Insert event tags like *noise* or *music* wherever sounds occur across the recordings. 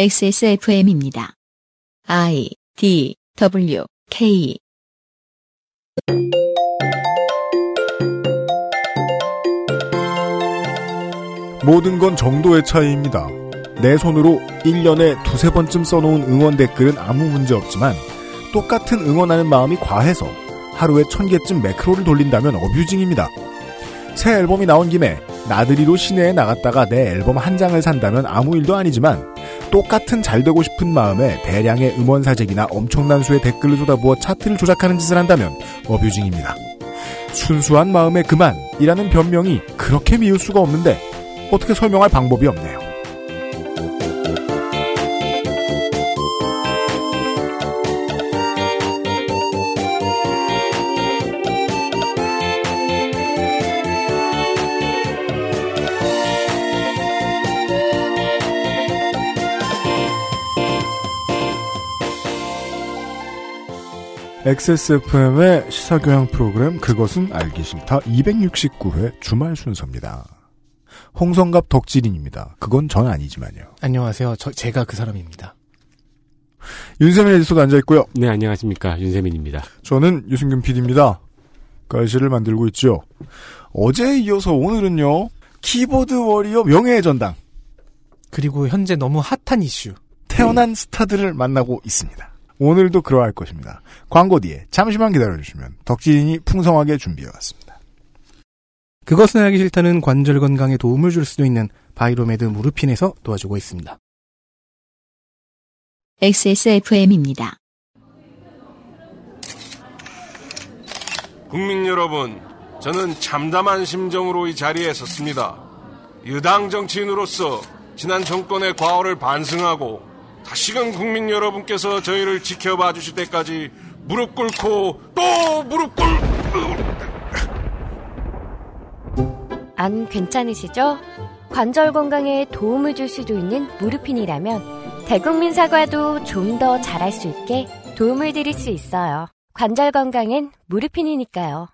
XSFM입니다. I D W K 모든 건 정도의 차이입니다. 내 손으로 1년에 두세 번쯤 써놓은 응원 댓글은 아무 문제 없지만 똑같은 응원하는 마음이 과해서 하루에 천 개쯤 매크로를 돌린다면 어뷰징입니다. 새 앨범이 나온 김에 나들이로 시내에 나갔다가 내 앨범 한 장을 산다면 아무 일도 아니지만 똑같은 잘 되고 싶은 마음에 대량의 음원 사재기나 엄청난 수의 댓글을 쏟아부어 차트를 조작하는 짓을 한다면 어뷰징입니다. 순수한 마음에 그만이라는 변명이 그렇게 미울 수가 없는데 어떻게 설명할 방법이 없네요. XSFM의 시사교양 프로그램 그것은 알기 싫다 269회 주말 순서입니다. 홍성갑 덕질인입니다. 그건 전 아니지만요. 안녕하세요. 저, 제가 그 사람입니다. 윤세민 에디터도 앉아있고요. 네, 안녕하십니까. 윤세민입니다. 저는 유승균 PD입니다. 글씨를 만들고 있죠. 어제에 이어서 오늘은요. 키보드 워리어 명예의 전당. 그리고 현재 너무 핫한 이슈. 태어난 스타들을 만나고 있습니다. 오늘도 그러할 것입니다. 광고 뒤에 잠시만 기다려주시면 덕질인이 풍성하게 준비해왔습니다. 그것은 알기 싫다는 관절 건강에 도움을 줄 수도 있는 바이로메드 무르핀에서 도와주고 있습니다. XSFM입니다. 국민 여러분, 저는 참담한 심정으로 이 자리에 섰습니다. 유당 정치인으로서 지난 정권의 과오를 반성하고 다시금 국민 여러분께서 저희를 지켜봐 주실 때까지 무릎 꿇고 또 무릎 꿇고 안 괜찮으시죠? 관절 건강에 도움을 줄 수도 있는 무르핀이라면 대국민 사과도 좀 더 잘할 수 있게 도움을 드릴 수 있어요. 관절 건강엔 무르핀이니까요.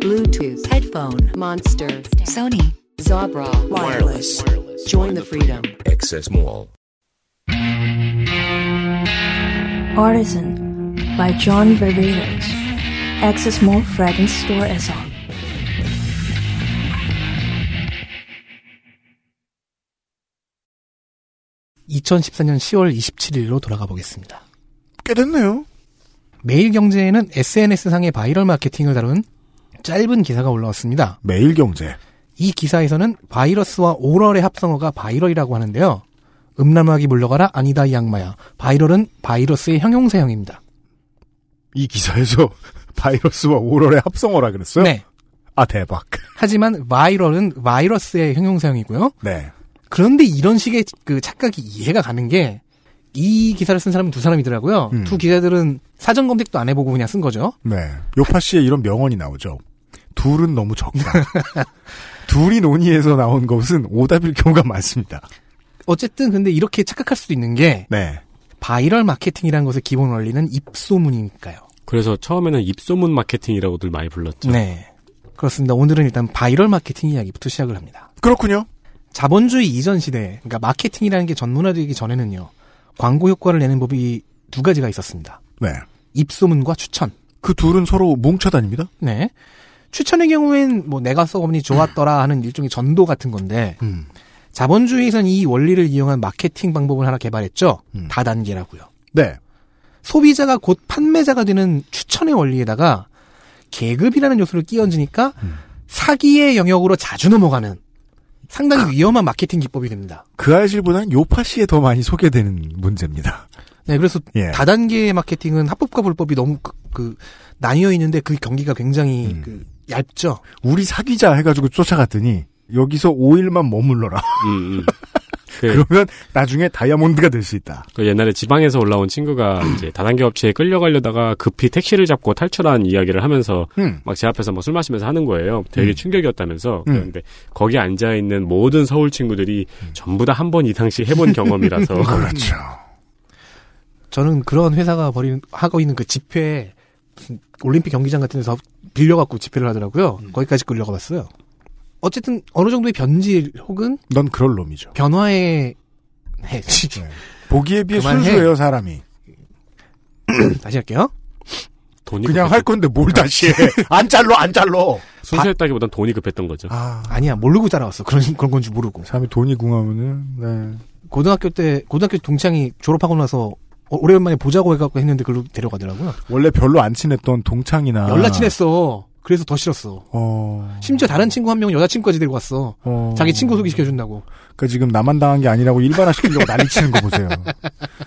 Bluetooth headphone monster Sony Zabra wireless. Join the freedom. Artisan by John Barbados. Access Mall Fragrance Store is on. 이 2014년 10월 27일로 돌아가 보겠습니다. 꽤 됐네요. 매일경제에는 SNS상의 바이럴 마케팅을 다룬 짧은 기사가 올라왔습니다. 매일경제. 이 기사에서는 바이러스와 오럴의 합성어가 바이럴이라고 하는데요. 음란하기 물러가라 아니다 이 악마야. 바이럴은 바이러스의 형용사형입니다. 이 기사에서 *laughs* 바이러스와 오럴의 합성어라 그랬어요? 네. 아 대박. 하지만 바이럴은 바이러스의 형용사형이고요. 네. 그런데 이런 식의 그 착각이 이해가 가는 게 이 기사를 쓴 사람은 두 사람이더라고요. 음. 두 기자들은 사전 검색도 안 해보고 그냥 쓴 거죠. 네. 요파 씨의 이런 명언이 나오죠. 둘은 너무 *laughs* 적다. 둘이 논의해서 나온 것은 오답일 경우가 많습니다. 어쨌든 근데 이렇게 착각할 수도 있는 게 네. 바이럴 마케팅이라는 것의 기본 원리는 입소문이니까요. 그래서 처음에는 입소문 마케팅이라고들 많이 불렀죠. 네. 그렇습니다. 오늘은 일단 바이럴 마케팅 이야기부터 시작을 합니다. 그렇군요. 자본주의 이전 시대, 그러니까 마케팅이라는 게 전문화되기 전에는요. 광고 효과를 내는 법이 두 가지가 있었습니다. 네. 입소문과 추천. 그 둘은 서로 뭉쳐 다닙니다. 네. 추천의 경우엔 뭐 내가 써보니 좋았더라 하는 일종의 전도 같은 건데 음. 자본주의에선 이 원리를 이용한 마케팅 방법을 하나 개발했죠. 음. 다단계라고요. 네. 소비자가 곧 판매자가 되는 추천의 원리에다가 계급이라는 요소를 끼얹으니까 음. 사기의 영역으로 자주 넘어가는 아. 상당히 위험한 마케팅 기법이 됩니다. 그 아실보다는 요파 씨에 더 많이 소개되는 문제입니다. 네, 그래서 예. 다단계의 마케팅은 합법과 불법이 너무 그, 그 나뉘어 있는데 그 경기가 굉장히 음. 그 얇죠. 우리 사귀자 해가지고 쫓아갔더니 여기서 5일만 머물러라. 음, 음. 그, 그러면 나중에 다이아몬드가 될 수 있다. 그 옛날에 지방에서 올라온 친구가 음. 이제 다단계 업체에 끌려가려다가 급히 택시를 잡고 탈출한 이야기를 하면서 음. 막 제 앞에서 뭐 술 마시면서 하는 거예요. 되게 음. 충격이었다면서. 음. 그런데 거기 앉아 있는 모든 서울 친구들이 전부 다 한 번 이상씩 해본 경험이라서 *laughs* 그렇죠. 저는 그런 회사가 벌인 하고 있는 그 집회 무슨 올림픽 경기장 같은 데서 빌려갖고 집회를 하더라고요. 거기까지 끌려가 봤어요. 어쨌든 어느 정도의 변질 혹은 넌 그럴 놈이죠. 변화의 네, *laughs* 지금. 네. 보기에 비해 그만해. 순수해요 사람이. 다시 할게요. 돈이 그냥 할 급했- 건데 뭘 다시 해? *laughs* 안 잘러 안 잘러. 순수했다기보단 돈이 급했던 거죠. 아 아니야, 모르고 따라왔어. 그런, 그런 건지 모르고. 사람이 돈이 궁하면은 네. 고등학교 때, 고등학교 동창이 졸업하고 나서 어, 오래간만에 보자고 해갖고 했는데 그걸로 데려가더라고요. 원래 별로 안 친했던 동창이나 연락 친했어. 그래서 더 싫었어. 어. 심지어 다른 친구 한 명은 여자친구까지 데리고 왔어. 어. 자기 친구 소개시켜준다고. 그러니까 지금 나만 당한 게 아니라고 일반화시키려고 난리 치는 거 *laughs* 보세요.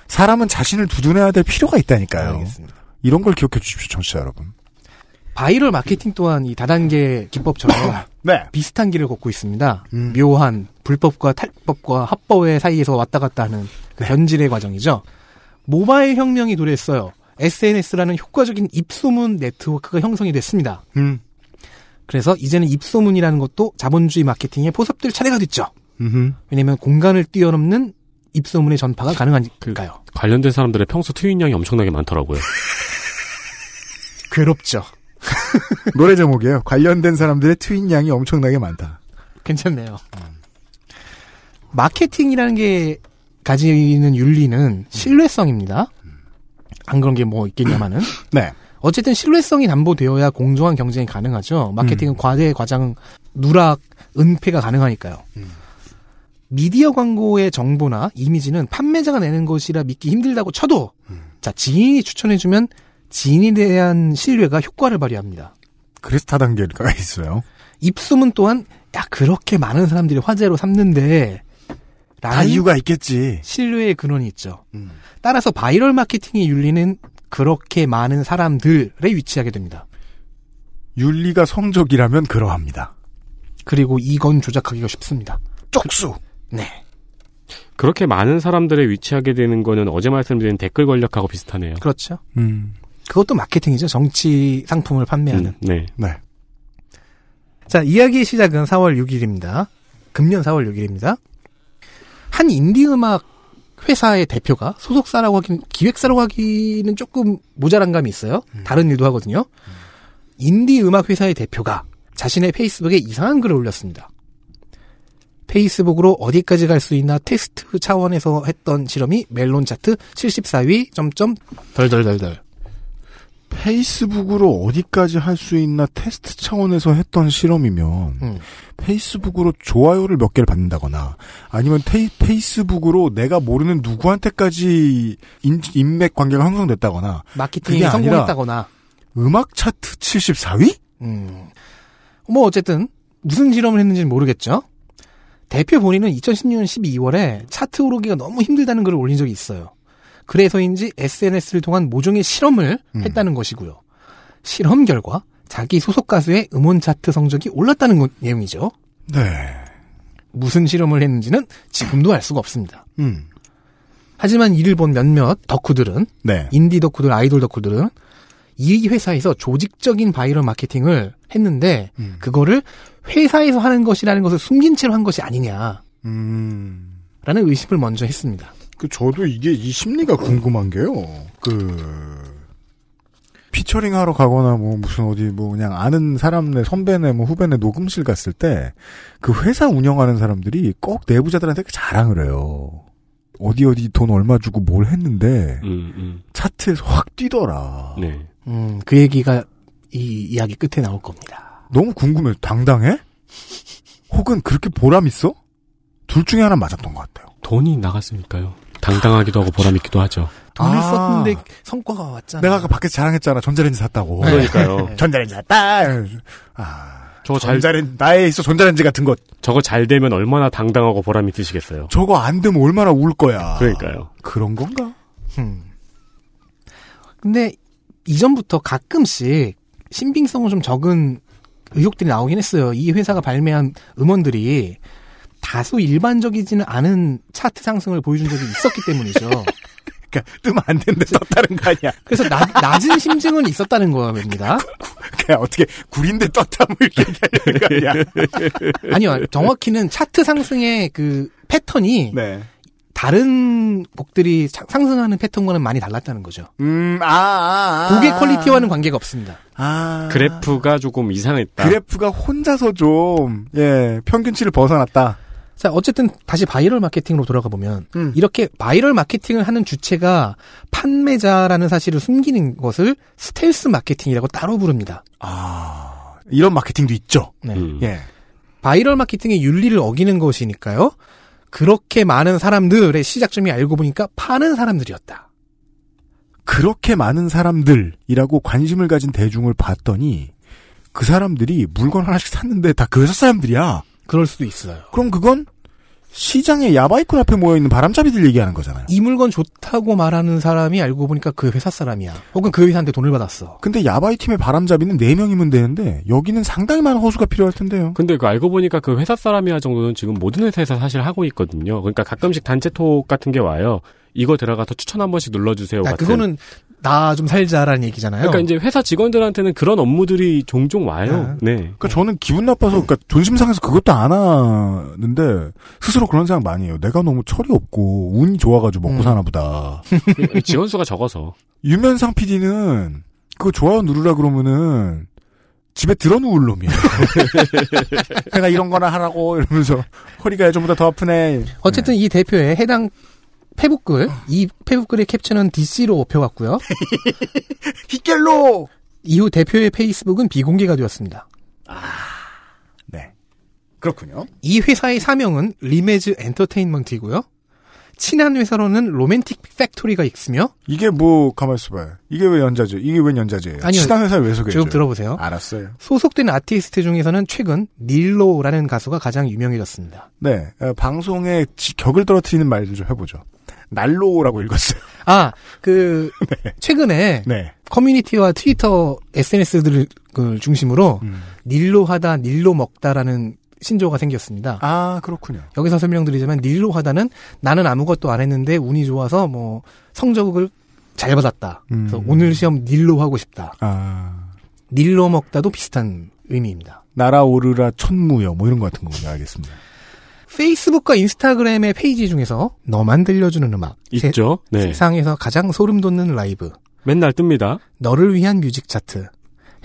사람은 자신을 두둔해야 될 필요가 있다니까요. 네, 알겠습니다. 이런 걸 기억해 주십시오, 청취자 여러분. 바이럴 마케팅 또한 이 다단계 *laughs* 기법처럼 네. 비슷한 길을 걷고 있습니다. 음. 묘한 불법과 탈법과 합법의 사이에서 왔다 갔다 하는 그 변질의 과정이죠. 모바일 혁명이 도래했어요. SNS라는 효과적인 입소문 네트워크가 형성이 됐습니다. 음. 그래서 이제는 입소문이라는 것도 자본주의 마케팅에 포섭될 차례가 됐죠. 음흠. 왜냐하면 공간을 뛰어넘는 입소문의 전파가 가능하니까요. 관련된 사람들의 평소 트윈량이 엄청나게 많더라고요. 괴롭죠. *laughs* 노래 제목이에요. 관련된 사람들의 트윈 양이 엄청나게 많다. 괜찮네요. 마케팅이라는 게 가지는 윤리는 신뢰성입니다. 안 그런 게 뭐 있겠냐마는. 네. 어쨌든 신뢰성이 담보되어야 공정한 경쟁이 가능하죠. 마케팅은 음. 과대 과장 누락 은폐가 가능하니까요. 음. 미디어 광고의 정보나 이미지는 판매자가 내는 것이라 믿기 힘들다고 쳐도 음. 자 지인이 추천해주면 지인에 대한 신뢰가 효과를 발휘합니다. 그래서 다단계가 있어요. 입소문 또한 야 그렇게 많은 사람들이 화제로 삼는데 다 라는 이유가 음. 있겠지. 신뢰의 근원이 있죠. 따라서 바이럴 마케팅의 윤리는 그렇게 많은 사람들에 위치하게 됩니다. 윤리가 성적이라면 그러합니다. 그리고 이건 조작하기가 쉽습니다. 쪽수. 네. 그렇게 많은 사람들의 위치하게 되는 거는 어제 말씀드린 댓글 권력하고 비슷하네요. 그렇죠. 음. 그것도 마케팅이죠. 정치 상품을 판매하는. 음, 네. 네. 자, 이야기의 시작은 4월 6일입니다. 금년 4월 6일입니다. 한 인디 음악 회사의 대표가 소속사라고 하긴 기획사라고 하기는 조금 모자란 감이 있어요. 음. 다른 일도 하거든요. 인디 음악 회사의 대표가 자신의 페이스북에 이상한 글을 올렸습니다. 페이스북으로 어디까지 갈 수 있나 테스트 차원에서 했던 실험이 멜론 차트 74위 점점 덜덜덜덜. 페이스북으로 어디까지 할 수 있나 테스트 차원에서 했던 실험이면 음. 페이스북으로 좋아요를 몇 개를 받는다거나 아니면 테이- 페이스북으로 내가 모르는 누구한테까지 인, 인맥 관계가 형성됐다거나 마케팅이 그게 아니라- 성공했다거나 음악 차트 74위? 음. 뭐 어쨌든 무슨 실험을 했는지는 모르겠죠. 대표 본인은 2016년 12월에 차트 오르기가 너무 힘들다는 글을 올린 적이 있어요. 그래서인지 SNS를 통한 모종의 실험을 음. 했다는 것이고요. 실험 결과 자기 소속 가수의 음원 차트 성적이 올랐다는 것- 내용이죠. 네. 무슨 실험을 했는지는 지금도 알 수가 없습니다. 음. 하지만 이를 본 몇몇 덕후들은 네. 인디 덕후들, 아이돌 덕후들은 이 회사에서 조직적인 바이럴 마케팅을 했는데 음. 그거를 회사에서 하는 것이라는 것을 숨긴 채로 한 것이 아니냐라는 음. 의심을 먼저 했습니다. 그 저도 이게 이 심리가 궁금한 게요. 그 피처링 하러 가거나 뭐 무슨 어디 뭐 그냥 아는 사람네 선배네 뭐 후배네 녹음실 갔을 때 그 회사 운영하는 사람들이 꼭 내부자들한테 그 자랑을 해요. 어디 어디 돈 얼마 주고 뭘 했는데 음, 음. 차트에서 확 뛰더라. 네. 음, 그 얘기가 이 이야기 끝에 나올 겁니다. 너무 궁금해. 당당해? 혹은 그렇게 보람 있어? 둘 중에 하나 맞았던 것 같아요. 돈이 나갔으니까요. 당당하기도 하고 보람있기도 하죠. 돈을 아. 썼는데 성과가 왔잖아. 내가 아까 밖에서 자랑했잖아. 전자레인지 샀다고. 네. 그러니까요. 전자레인지 샀다. 아, *laughs* 저거 뭐 잘, 전자레인 나에 있어 전자레인지 같은 것. 저거 잘 되면 얼마나 당당하고 보람이 드시겠어요. 저거 안 되면 얼마나 울 거야. 그러니까요. 그런 건가? 음. 근데 이전부터 가끔씩 신빙성은 좀 적은 의혹들이 나오긴 했어요. 이 회사가 발매한 음원들이 다소 일반적이지는 않은 차트 상승을 보여준 적이 있었기 때문이죠. 그러니까 뜨면 안 되는데 떴다는 거 아니야. 그래서 낮, 낮은 심증은 있었다는 겁니다. 그냥 그러니까 어떻게 구린데 떴다 뭐 이렇게 얘기하는 거 아니야. 아니요, 정확히는 차트 상승의 그 패턴이 네. 다른 곡들이 차- 상승하는 패턴과는 많이 달랐다는 거죠. 음, 아, 아, 아. 곡의 퀄리티와는 관계가 없습니다. 아. 그래프가 조금 이상했다. 그래프가 혼자서 좀, 예, 평균치를 벗어났다. 자, 어쨌든 다시 바이럴 마케팅으로 돌아가 보면 음. 이렇게 바이럴 마케팅을 하는 주체가 판매자라는 사실을 숨기는 것을 스텔스 마케팅이라고 따로 부릅니다. 아, 이런 마케팅도 있죠. 네. 음. 예. 바이럴 마케팅의 윤리를 어기는 것이니까요. 그렇게 많은 사람들의 시작점이 알고 보니까 파는 사람들이었다. 그렇게 많은 사람들이라고 관심을 가진 대중을 봤더니 그 사람들이 물건 하나씩 샀는데 다 그 회사 사람들이야. 그럴 수도 있어요. 그럼 그건 시장의 야바이꾼 앞에 모여있는 바람잡이들 얘기하는 거잖아요. 이 물건 좋다고 말하는 사람이 알고 보니까 그 회사 사람이야. 혹은 그 회사한테 돈을 받았어. 근데 야바이 팀의 바람잡이는 4명이면 되는데 여기는 상당히 많은 허수가 필요할 텐데요. 근데 그 알고 보니까 그 회사 사람이야 정도는 지금 모든 회사에서 사실 하고 있거든요. 그러니까 가끔씩 단체 톡 같은 게 와요. 이거 들어가서 추천 한 번씩 눌러주세요. 야, 같은. 그거는 나 좀 살자라는 얘기잖아요. 그러니까 이제 회사 직원들한테는 그런 업무들이 종종 와요. 네. 그러니까 저는 기분 나빠서 그러니까 존심 상해서 그것도 안 하는데 스스로 그런 생각 많이 해요. 내가 너무 철이 없고 운이 좋아가지고 먹고 음. 사나 보다. 그 지원 수가 적어서. *laughs* 유면상 PD는 그거 좋아요 누르라 그러면은 집에 들어 누울 놈이야. *laughs* 내가 이런 거나 하라고 이러면서 허리가 예전보다 더 아프네. 어쨌든 이 대표의 해당 페북글, 이 페북글의 캡처는 DC로 엎혀왔고요. 히켈로 이후 대표의 페이스북은 비공개가 되었습니다. 네. 네. 그렇군요. 이 회사의 사명은 리메즈 엔터테인먼트이고요. 친한 회사로는 로맨틱 팩토리가 있으며 이게 뭐 가만 있어봐. 이게 왜 연자죠? 이게 왜 연자제예요? 아니요. 친한 회사 왜 소개해줘요? 조금 들어보세요. 알았어요. 소속된 아티스트 중에서는 최근 닐로라는 가수가 가장 유명해졌습니다. 네, 어, 방송에 지- 격을 떨어뜨리는 말들좀 해보죠. 날로라고 읽었어요. 아, 그 *laughs* 최근에 네. 커뮤니티와 트위터 SNS들을 중심으로 음. 닐로하다, 닐로 먹다라는 신조어가 생겼습니다. 아 그렇군요. 여기서 설명드리자면 닐로 하다는 나는 아무것도 안 했는데 운이 좋아서 뭐 성적을 잘 받았다. 그래서 음. 오늘 시험 닐로 하고 싶다. 아 닐로 먹다도 비슷한 의미입니다. 날아오르라 천무여 뭐 이런 거 같은 거군요. 알겠습니다. *laughs* 페이스북과 인스타그램의 페이지 중에서 너만 들려주는 음악 세- 있죠. 네. 세상에서 가장 소름 돋는 라이브 맨날 뜹니다. 너를 위한 뮤직 차트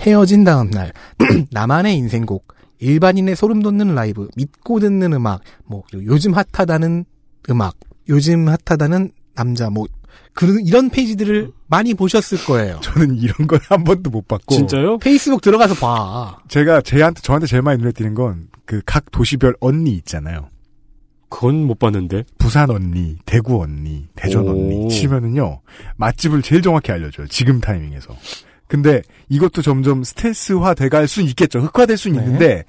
헤어진 다음 날 *clears throat* 나만의 인생곡 일반인의 소름 돋는 라이브 믿고 듣는 음악 뭐 그리고 요즘 핫하다는 음악 요즘 핫하다는 남자 뭐 그런 이런 페이지들을 많이 보셨을 거예요. *laughs* 저는 이런 걸 한 번도 못 봤고 진짜요? 페이스북 들어가서 봐. 제가 제한테 저한테 제일 많이 눈에 띄는 건 그 각 도시별 언니 있잖아요. 그건 못 봤는데. 부산 언니, 대구 언니, 대전 오. 언니 치면은요 맛집을 제일 정확히 알려줘요. 지금 타이밍에서. 근데 이것도 점점 스텔스화 돼갈 순 있겠죠. 흑화될 순 네. 있는데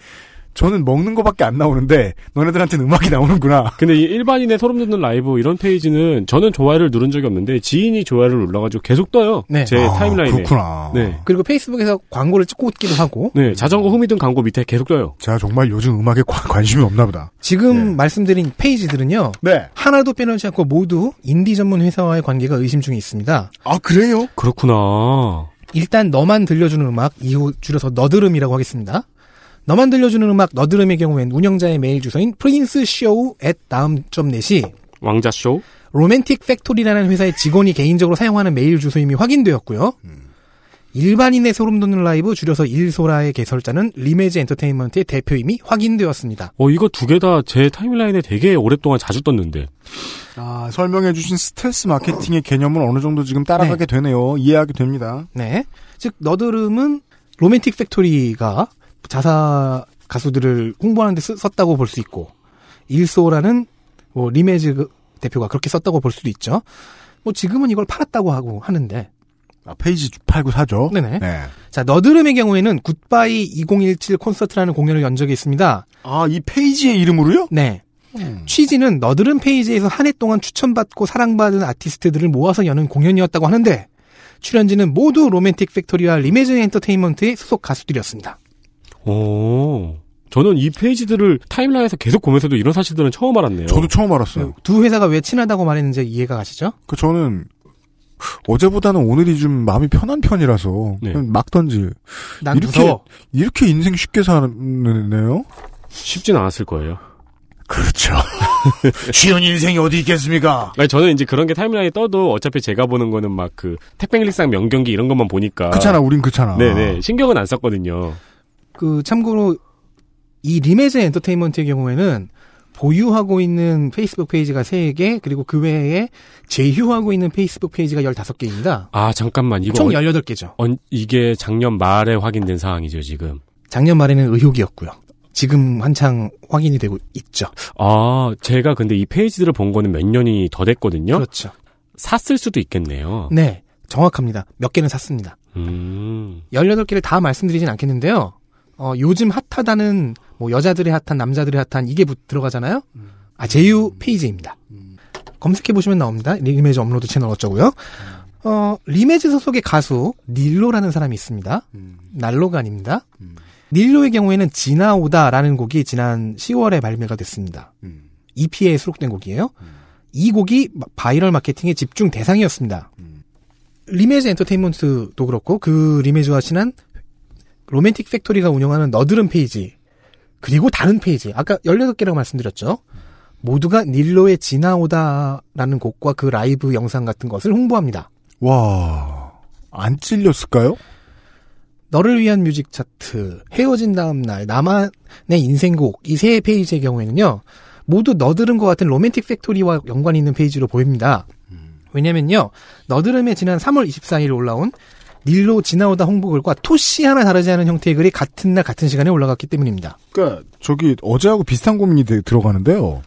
저는 먹는 거밖에 안 나오는데 너네들한테는 음악이 나오는구나. 근데 이 일반인의 소름 돋는 라이브 이런 페이지는 저는 좋아요를 누른 적이 없는데 지인이 좋아요를 눌러가지고 계속 떠요. 네. 제 아, 타임라인에. 그렇구나. 네. 그리고 페이스북에서 광고를 찍고 웃기도 하고 네. 자전거 후미등 광고 밑에 계속 떠요. 제가 정말 요즘 음악에 관- 관심이 없나 보다. 지금 네. 말씀드린 페이지들은요. 네. 하나도 빼놓지 않고 모두 인디 전문 회사와의 관계가 의심 중에 있습니다. 아 그래요? 그렇구나. 일단 너만 들려주는 음악 이후 줄여서 너드름이라고 하겠습니다. 너만 들려주는 음악 너드름의 경우엔 운영자의 메일 주소인 princeshow@daum.net이 왕자쇼? 로맨틱 팩토리라는 회사의 직원이 개인적으로 사용하는 메일 주소임이 확인되었고요. 일반인의 소름 돋는 라이브 줄여서 일소라의 개설자는 리메즈 엔터테인먼트의 대표임이 확인되었습니다. 어, 이거 두 개 다 제 타임라인에 되게 오랫동안 자주 떴는데. 아, 설명해주신 스텔스 마케팅의 개념은 어느 정도 지금 따라가게 되네요. 이해하게 됩니다. 네. 즉 너드름은 로맨틱 팩토리가 자사 가수들을 홍보하는 데 쓰- 썼다고 볼 수 있고 일소라는 뭐 리메즈 그- 대표가 그렇게 썼다고 볼 수도 있죠. 뭐 지금은 이걸 팔았다고 하고 하는데 아, 페이지 팔고 사죠. 네네. 네. 자 너드름의 경우에는 굿바이 2017 콘서트라는 공연을 연 적이 있습니다. 아, 이 페이지의 이름으로요? 네. 음. 취지는 너드름 페이지에서 한 해 동안 추천받고 사랑받은 아티스트들을 모아서 여는 공연이었다고 하는데 출연진은 모두 로맨틱 팩토리와 리메즈 엔터테인먼트의 소속 가수들이었습니다. 오. 저는 이 페이지들을 타임라인에서 계속 보면서도 이런 사실들은 처음 알았네요. 저도 처음 알았어요. 두 회사가 왜 친하다고 말했는지 이해가 가시죠? 그 저는 어제보다는 오늘이 좀 마음이 편한 편이라서 네. 그냥 막 던지 난 이렇게- 무서워. 이렇게 인생 쉽게 사네요. 쉽진 않았을 거예요. 그렇죠. *laughs* 쉬운 인생이 어디 있겠습니까? 아니, 저는 이제 그런 게 타임라인에 떠도 어차피 제가 보는 거는 막 그 택배일상 명경기 이런 것만 보니까. 그렇잖아, 우린 그렇잖아. 네네. 신경은 안 썼거든요. 그 참고로 이 리메즈 엔터테인먼트의 경우에는 보유하고 있는 페이스북 페이지가 3개, 그리고 그 외에 제휴하고 있는 페이스북 페이지가 15개입니다. 아 잠깐만 이거 총 언- 18개죠. 언- 이게 작년 말에 확인된 사항이죠 지금. 작년 말에는 의혹이었고요. 지금 한창 확인이 되고 있죠. 아 제가 근데 이 페이지들을 본 거는 몇 년이 더 됐거든요. 그렇죠. 샀을 수도 있겠네요. 네, 정확합니다. 몇 개는 샀습니다. 음. 18개를 다 말씀드리진 않겠는데요. 어, 요즘 핫하다는 뭐 여자들의 핫한, 남자들의 핫한 이게 붙- 들어가잖아요. 아, 제휴 페이지입니다. 검색해 보시면 나옵니다. 리메즈 업로드 채널 어쩌고요. 어, 리메즈 소속의 가수 닐로라는 사람이 있습니다. 음, 날로가 아닙니다. 닐로의 경우에는 지나오다라는 곡이 지난 10월에 발매가 됐습니다. 음. EP에 E 수록된 곡이에요. 이 곡이 마- 바이럴 마케팅의 집중 대상이었습니다. 리메즈 엔터테인먼트도 그렇고 그 리메즈와 친한 로맨틱 팩토리가 운영하는 너드름 페이지 그리고 다른 페이지 아까 16개라고 말씀드렸죠. 모두가 닐로의 지나오다라는 곡과 그 라이브 영상 같은 것을 홍보합니다. 와, 안 찔렸을까요? 너를 위한 뮤직 차트, 헤어진 다음 날, 나만의 인생곡 이 세 페이지의 경우에는요. 모두 너들은 것 같은 로맨틱 팩토리와 연관이 있는 페이지로 보입니다. 왜냐면요. 너드름의 지난 3월 24일 올라온 닐로 지나오다 홍보글과 토씨 하나 다르지 않은 형태의 글이 같은 날 같은 시간에 올라갔기 때문입니다. 그러니까 저기 어제하고 비슷한 고민이 되- 들어가는데요.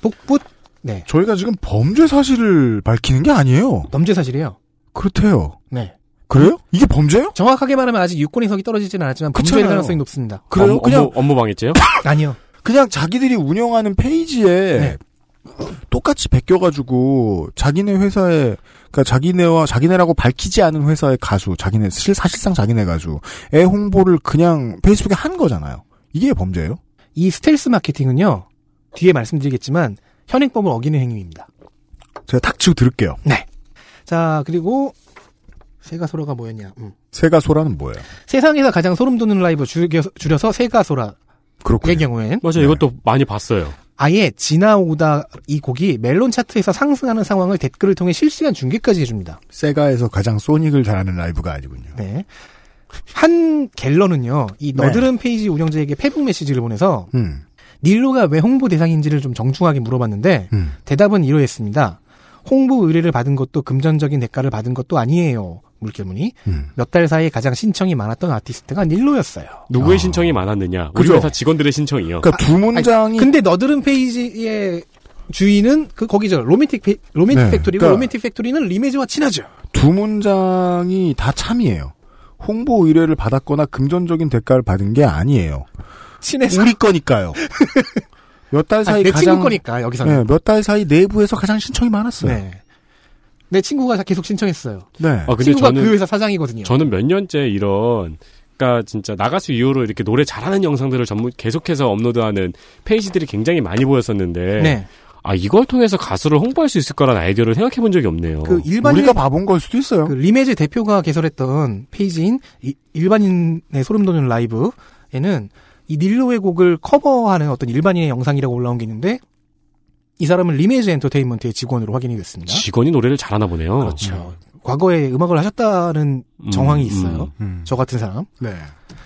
복붙? 네. 저희가 지금 범죄 사실을 밝히는 게 아니에요. 범죄 사실이에요. 그렇대요. 네. 그래요? 이게 범죄예요? 정확하게 말하면 아직 유권의 석이 떨어지지는 않았지만 범죄일 그렇잖아요. 가능성이 높습니다. 그래요? 업무, 그냥 업무, 업무 방해죄요? 아니요. 그냥 자기들이 운영하는 페이지에 똑같이 베껴가지고 자기네 회사에 그러니까 자기네와 자기네라고 밝히지 않은 회사의 가수, 자기네 실 사실상 자기네 가수의 홍보를 그냥 페이스북에 한 거잖아요. 이게 범죄예요? 이 스텔스 마케팅은요. 뒤에 말씀드리겠지만 현행법을 어기는 행위입니다. 제가 탁 치고 들을게요. 자, 그리고 세가소라가 뭐였냐. 음. 세가소라는 뭐예요? 세상에서 가장 소름 돋는 라이브 줄여서, 줄여서 세가소라의 그렇군요. 경우엔 맞아요. 네. 이것도 많이 봤어요. 아예 지나오다 이 곡이 멜론 차트에서 상승하는 상황을 댓글을 통해 실시간 중계까지 해줍니다. 세가에서 가장 소닉을 잘하는 라이브가 아니군요. 네. 한 갤러는요, 이 네. 너드름 페이지 운영자에게 페북 메시지를 보내서 음, 닐로가 왜 홍보 대상인지를 좀 정중하게 물어봤는데 음. 대답은 이러했습니다. 홍보 의뢰를 받은 것도 금전적인 대가를 받은 것도 아니에요. 물결문이 음. 몇 달 사이에 가장 신청이 많았던 아티스트가 닐로였어요. 누구의 아. 신청이 많았느냐? 그죠. 우리 회사 직원들의 신청이요. 그러니까 두 문장이 근데 너드름 페이지의 주인은 그 거기죠. 로맨틱 페, 로맨틱 네, 팩토리고 그러니까- 로맨틱 팩토리는 리메즈와 친하죠. 두 문장이 다 참이에요. 홍보 의뢰를 받았거나 금전적인 대가를 받은 게 아니에요. 친해서 우리 거니까요. *laughs* 몇 달 아, 사이 내 가장 친구 거니까 여기서 는 네, 몇 달 사이 내부에서 가장 신청이 많았어요. 네. 네. 내 친구가 계속 신청했어요. 아 근데 친구가 저는 그 회사 사장이거든요. 저는 몇 년째 이런 그러니까 진짜 나가수 이후로 이렇게 노래 잘하는 영상들을 전부 계속해서 업로드하는 페이지들이 굉장히 많이 보였었는데 네. 아 이걸 통해서 가수를 홍보할 수 있을 거란 아이디어를 생각해 본 적이 없네요. 그 일반인 우리가 봐본 걸 수도 있어요. 그 리메즈 대표가 개설했던 페이지인 이- 일반인의 소름 돋는 라이브에는 이 닐로의 곡을 커버하는 어떤 일반인의 영상이라고 올라온 게 있는데 이 사람은 리메즈 엔터테인먼트의 직원으로 확인이 됐습니다. 직원이 노래를 잘하나 보네요. 그렇죠. 과거에 음악을 하셨다는 음, 정황이 있어요. 음. 음. 저 같은 사람. 네.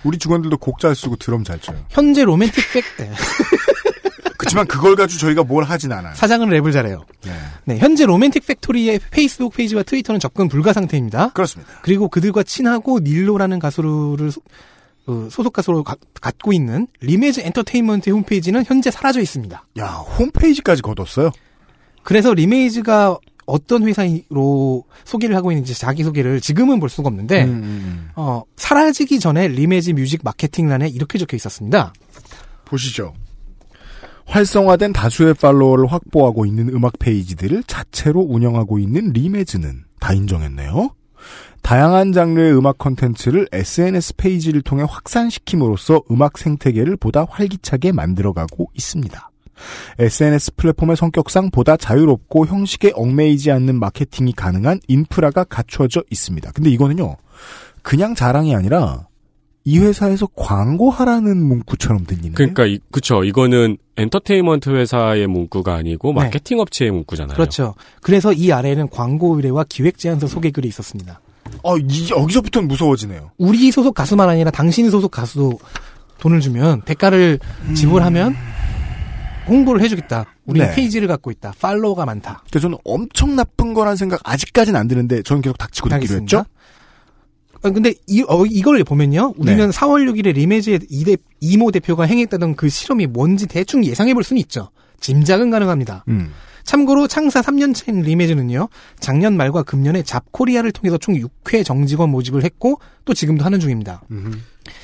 우리 직원들도 곡 잘 쓰고 드럼 잘 쳐요. 현재 로맨틱 팩 네. *laughs* *laughs* 그렇지만 그걸 가지고 저희가 뭘 하진 않아요. 사장은 랩을 잘해요. 네. 네, 현재 로맨틱 팩토리의 페이스북 페이지와 트위터는 접근 불가 상태입니다. 그렇습니다. 그리고 그들과 친하고 닐로라는 가수를 소, 속 가수로 가- 갖고 있는 리메즈 엔터테인먼트의 홈페이지는 현재 사라져 있습니다. 야, 홈페이지까지 거뒀어요. 그래서 리메이즈가 어떤 회사로 소개를 하고 있는지 자기 소개를 지금은 볼 수가 없는데 음, 음, 음. 어, 사라지기 전에 리메이즈 뮤직 마케팅란에 이렇게 적혀 있었습니다. 보시죠. 활성화된 다수의 팔로워를 확보하고 있는 음악 페이지들을 자체로 운영하고 있는 리메즈는 다 인정했네요. 다양한 장르의 음악 콘텐츠를 SNS 페이지를 통해 확산시킴으로써 음악 생태계를 보다 활기차게 만들어가고 있습니다. SNS 플랫폼의 성격상 보다 자유롭고 형식에 얽매이지 않는 마케팅이 가능한 인프라가 갖춰져 있습니다. 근데 이거는요, 그냥 자랑이 아니라 이 회사에서 광고하라는 문구처럼 들리는데요. 그러니까 이, 그쵸 이거는 엔터테인먼트 회사의 문구가 아니고 네. 마케팅 업체의 문구잖아요. 그렇죠. 그래서 이 아래에는 광고 의뢰와 기획 제안서 소개글이 있었습니다. 어, 이, 여기서부터는 무서워지네요. 우리 소속 가수만 아니라 당신 소속 가수도 돈을 주면 대가를 지불하면 홍보를 해주겠다. 우리 음. 네. 는 페이지를 갖고 있다. 팔로워가 많다. 근데 저는 엄청 나쁜 거란 생각 아직까지는 안 드는데 저는 계속 닥치고 듣기로 알겠습니다. 했죠. 아, 근데 이, 걸 보면요. 네. 우리는 4월 6일에 리메지의 이대, 이모 대표가 행했다던 그 실험이 뭔지 대충 예상해 볼 수는 있죠. 짐작은 가능합니다. 음. 참고로 창사 3년차인 리메즈는요, 작년 말과 금년에 잡코리아를 통해서 총 6회 정직원 모집을 했고, 또 지금도 하는 중입니다.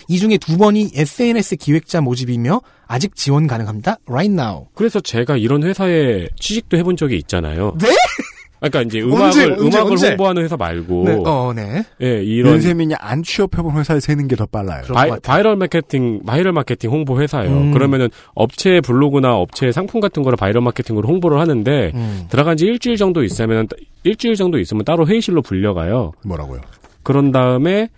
이 중에 두 번이 SNS 기획자 모집이며, 아직 지원 가능합니다. Right now. 그래서 제가 이런 회사에 취직도 해본 적이 있잖아요. 네? 아, 그러니까 이제 음악을 언제, 언제, 음악을 언제? 홍보하는 회사 말고 네, 어, 네. 예, 이런 윤세민이 안 취업해본 회사에 새는 게 더 빨라요. 그럼- 그럴 것 같아요. 바이, 럴 마케팅, 바이럴 마케팅 홍보 회사예요. 음. 그러면은 업체 블로그나 업체 상품 같은 거를 바이럴 마케팅으로 홍보를 하는데 음. 들어간 지 일주일 정도 있으면 일주일 정도 있으면 따로 회의실로 불려가요. 뭐라고요? 그런 다음에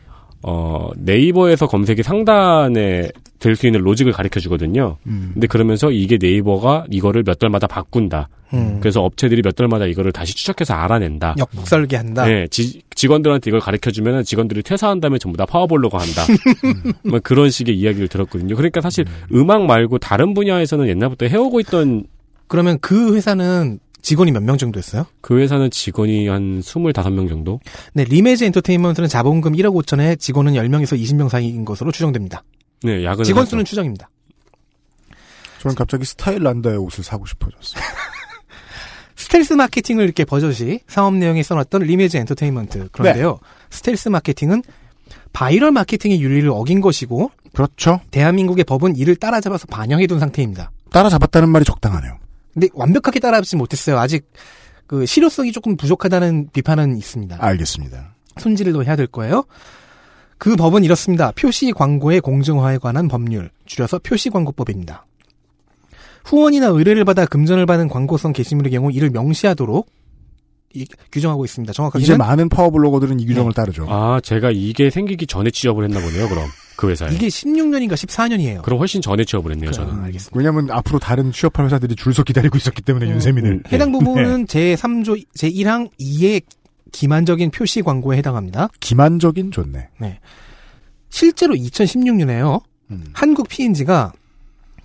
어, 네이버에서 검색이 상단에 될 수 있는 로직을 가르쳐 주거든요. 음. 근데 그러면서 이게 네이버가 이거를 몇 달마다 바꾼다. 음. 그래서 업체들이 몇 달마다 이거를 다시 추적해서 알아낸다. 역설계한다. 네, 지- 직원들한테 이걸 가르쳐 주면 직원들이 퇴사한 다음에 전부 다 파워볼로가 *laughs* 한다. 뭐 그런 식의 이야기를 들었거든요. 그러니까 사실 음악 말고 다른 분야에서는 옛날부터 해오고 있던 그러면 그 회사는 직원이 몇 명 정도 였어요 그 회사는 직원이 한 25명 정도? 네, 리메즈 엔터테인먼트는 자본금 1억 5천에 직원은 10명에서 20명 사이인 것으로 추정됩니다. 네, 야근 직원 수는 추정입니다. 저는 갑자기 스타일란다의 옷을 사고 싶어졌어요. 스텔스 마케팅을 이렇게 버젓이 사업 내용에 써놨던 리메즈 엔터테인먼트. 그런데요. 스텔스 마케팅은 바이럴 마케팅의 윤리를 어긴 것이고 그렇죠. 대한민국의 법은 이를 따라잡아서 반영해둔 상태입니다. 따라잡았다는 말이 적당하네요. 근데 완벽하게 따라잡지 못했어요. 아직 그 실효성이 조금 부족하다는 비판은 있습니다. 알겠습니다. 손질을 더 해야 될 거예요. 그 법은 이렇습니다. 표시 광고의 공정화에 관한 법률, 줄여서 표시광고법입니다. 후원이나 의뢰를 받아 금전을 받은 광고성 게시물의 경우 이를 명시하도록 이- 규정하고 있습니다. 이제 정확하게는 많은 파워블로거들은 이 규정을 따르죠. 아, 제가 이게 생기기 전에 취업을 했나 보네요, 그럼. 그 회사에. 이게 16년인가 14년이에요. 그럼 훨씬 전에 취업을 했네요, 저는. 알겠습니다. 왜냐면 하 앞으로 다른 취업할 회사들이 줄서 기다리고 있었기 때문에 윤세민을. 네. 음. 해당 부분은 제3조 제1항 2의 기만적인 표시 광고에 해당합니다. 기만적인 좋네. 실제로 2016년에요. 음. 한국 P&G가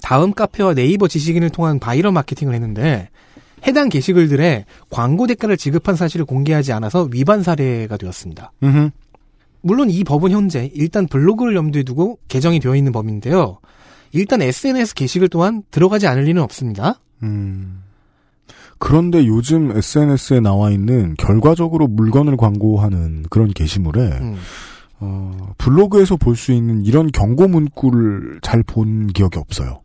다음 카페와 네이버 지식인을 통한 바이럴 마케팅을 했는데 해당 게시글들에 광고 대가를 지급한 사실을 공개하지 않아서 위반 사례가 되었습니다. 음흠. 물론 이 법은 현재 일단 블로그를 염두에 두고 개정이 되어 있는 법인데요. 일단 SNS 게시글 또한 들어가지 않을 리는 없습니다. 음. 그런데 요즘 SNS에 나와 있는 결과적으로 물건을 광고하는 그런 게시물에 음. 어, 블로그에서 볼 수 있는 이런 경고 문구를 잘 본 기억이 없어요.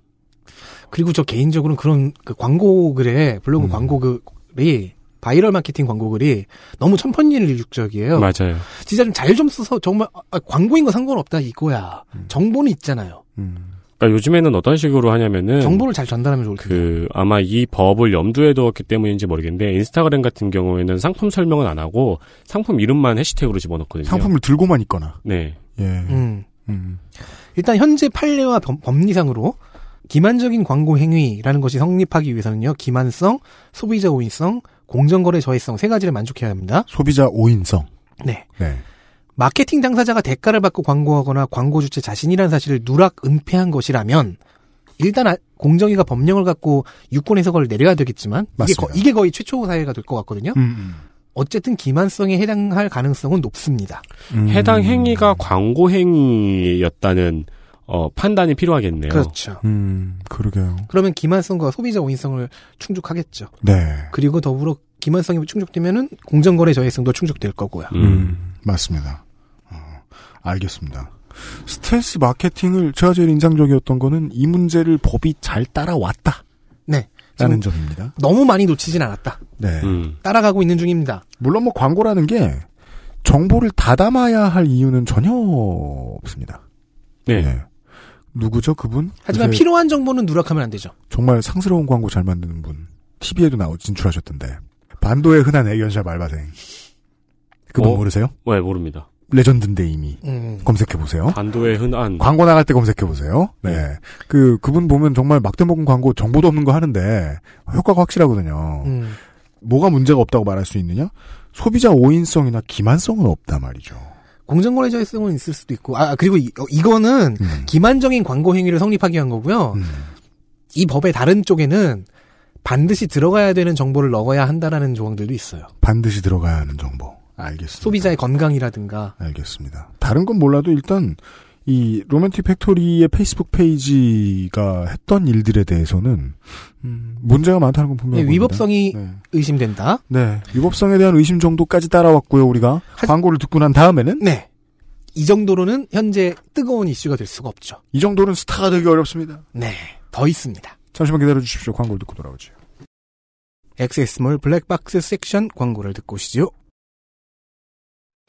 그리고 저 개인적으로는 그런 그 광고 글에 블로그 음. 광고 글이 바이럴 마케팅 광고 글이 너무 천편일률적이에요. 맞아요. 진짜 좀 잘 좀 써서 정말 아, 광고인 거 상관없다 이거야. 음. 정보는 있잖아요. 그러니까 요즘에는 어떤 식으로 네. 하냐면은 정보를 잘 전달하면 좋을 텐데. 그 아마 이 법을 염두에 두었기 때문인지 모르겠는데 인스타그램 같은 경우에는 상품 설명은 안 하고 상품 이름만 해시태그로 집어넣거든요. 상품을 들고만 있거나. 네. 예. 음. 음. 일단 현재 판례와 범- 법리상으로 기만적인 광고 행위라는 것이 성립하기 위해서는요. 기만성, 소비자 우위성, 공정거래 저해성 세 가지를 만족해야 합니다. 소비자 오인성. 네. 네. 마케팅 당사자가 대가를 받고 광고하거나 광고 주체 자신이라는 사실을 누락 은폐한 것이라면 일단 아- 공정위가 법령을 갖고 유권 해석을 내려야 되겠지만 이게, 맞습니다. 거- 이게 거의 최초 사회가 될 것 같거든요. 어쨌든 기만성에 해당할 가능성은 높습니다. 음. 해당 행위가 광고 행위였다는 어, 판단이 필요하겠네요. 그렇죠. 음, 그러게요. 그러면 기만성과 소비자 오인성을 충족하겠죠. 네. 그리고 더불어 기만성이 충족되면은 공정거래 저해성도 충족될 거고요. 음. 음, 맞습니다. 어, 알겠습니다. 스텔스 마케팅을 제가 제일 인상적이었던 거는 이 문제를 법이 잘 따라왔다. 네. 라는 지금 점입니다. 너무 많이 놓치진 않았다. 네. 음. 따라가고 있는 중입니다. 물론 뭐 광고라는 게 정보를 다 담아야 할 이유는 전혀 없습니다. 네. 예. 누구죠, 그분? 하지만 요새 필요한 정보는 누락하면 안 되죠. 정말 상스러운 광고 잘 만드는 분. TV에도 나오 진출하셨던데. 반도의 흔한 애견샵 알바생. 그분 어? 모르세요? 네, 모릅니다. 레전드인데 이미. 음. 검색해보세요. 반도의 흔한 광고 나갈 때 검색해 보세요. 네. 네. 그 그분 보면 정말 막대 먹은 광고 정보도 없는 거 하는데 효과가 확실하거든요. 음. 뭐가 문제가 없다고 말할 수 있느냐? 소비자 오인성이나 기만성은 없다 말이죠. 공정거래 저해성은 있을 수도 있고. 아, 그리고 이, 거는 음. 기만적인 광고 행위를 성립하기 위한 거고요. 음. 이 법의 다른 쪽에는 반드시 들어가야 되는 정보를 넣어야 한다라는 조항들도 있어요. 반드시 들어가야 하는 정보. 알겠습니다. 소비자의 건강이라든가 알겠습니다. 다른 건 몰라도 일단 이 로맨틱 팩토리의 페이스북 페이지가 했던 일들에 대해서는 음, 문제가 많다는 건 분명히 네, 위법성이 네. 의심된다. 네, 위법성에 대한 의심 정도까지 따라왔고요. 우리가 하- 광고를 듣고 난 다음에는 네. 이 정도로는 현재 뜨거운 이슈가 될 수가 없죠. 이 정도는 스타가 되기 어렵습니다. 네. 더 있습니다. 잠시만 기다려 주십시오. 광고를 듣고 돌아오죠. XS몰 블랙박스 섹션 광고를 듣고 오시죠.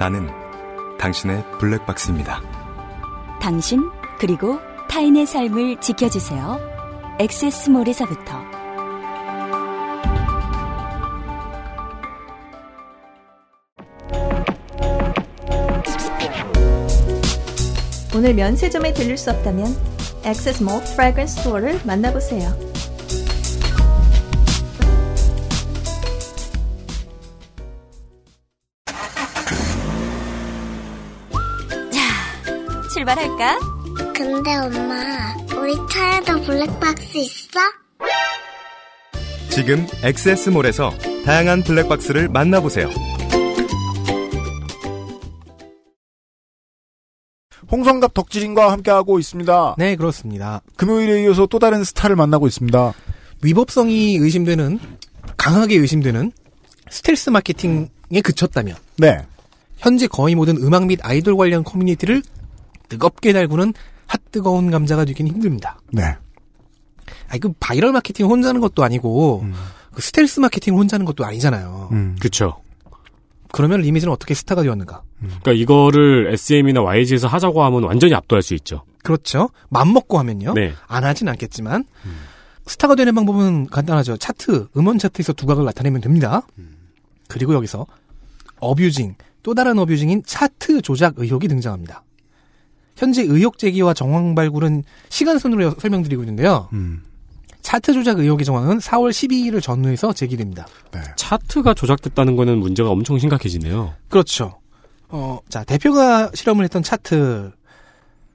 나는 당신의 블랙박스입니다. 당신 그리고 타인의 삶을 지켜주세요. 엑세스몰에서부터 오늘 면세점에 들릴 수 없다면 액세스몰 프래그런스 스토어를 만나보세요. 출발할까? 근데 엄마, 우리 차에도 블랙박스 있어? 지금 XS몰에서 다양한 블랙박스를 만나보세요. 홍성갑 덕질인과 함께하고 있습니다. 네, 그렇습니다. 금요일에 이어서 또 다른 스타를 만나고 있습니다. 위법성이 의심되는 강하게 의심되는 스텔스 마케팅에 그쳤다면 네, 현재 거의 모든 음악 및 아이돌 관련 커뮤니티를 뜨겁게 달구는 핫뜨거운 감자가 되긴 힘듭니다. 네. 아니 그 바이럴 마케팅 혼자 하는 것도 아니고 그 스텔스 마케팅 혼자 하는 것도 아니잖아요. 음. 그쵸. 그러면 리미지는 어떻게 스타가 되었는가? 그러니까 이거를 SM이나 YG에서 하자고 하면 완전히 압도할 수 있죠. 그렇죠. 맘먹고 하면요. 네. 안 하진 않겠지만 스타가 되는 방법은 간단하죠. 차트, 음원 차트에서 두각을 나타내면 됩니다. 그리고 여기서 어뷰징, 또 다른 어뷰징인 차트 조작 의혹이 등장합니다. 현재 의혹 제기와 정황 발굴은 시간순으로 여- 설명드리고 있는데요. 음. 차트 조작 의혹의 정황은 4월 12일을 전후해서 제기됩니다. 네. 차트가 조작됐다는 거는 문제가 엄청 심각해지네요. 그렇죠. 어, 자, 대표가 실험을 했던 차트,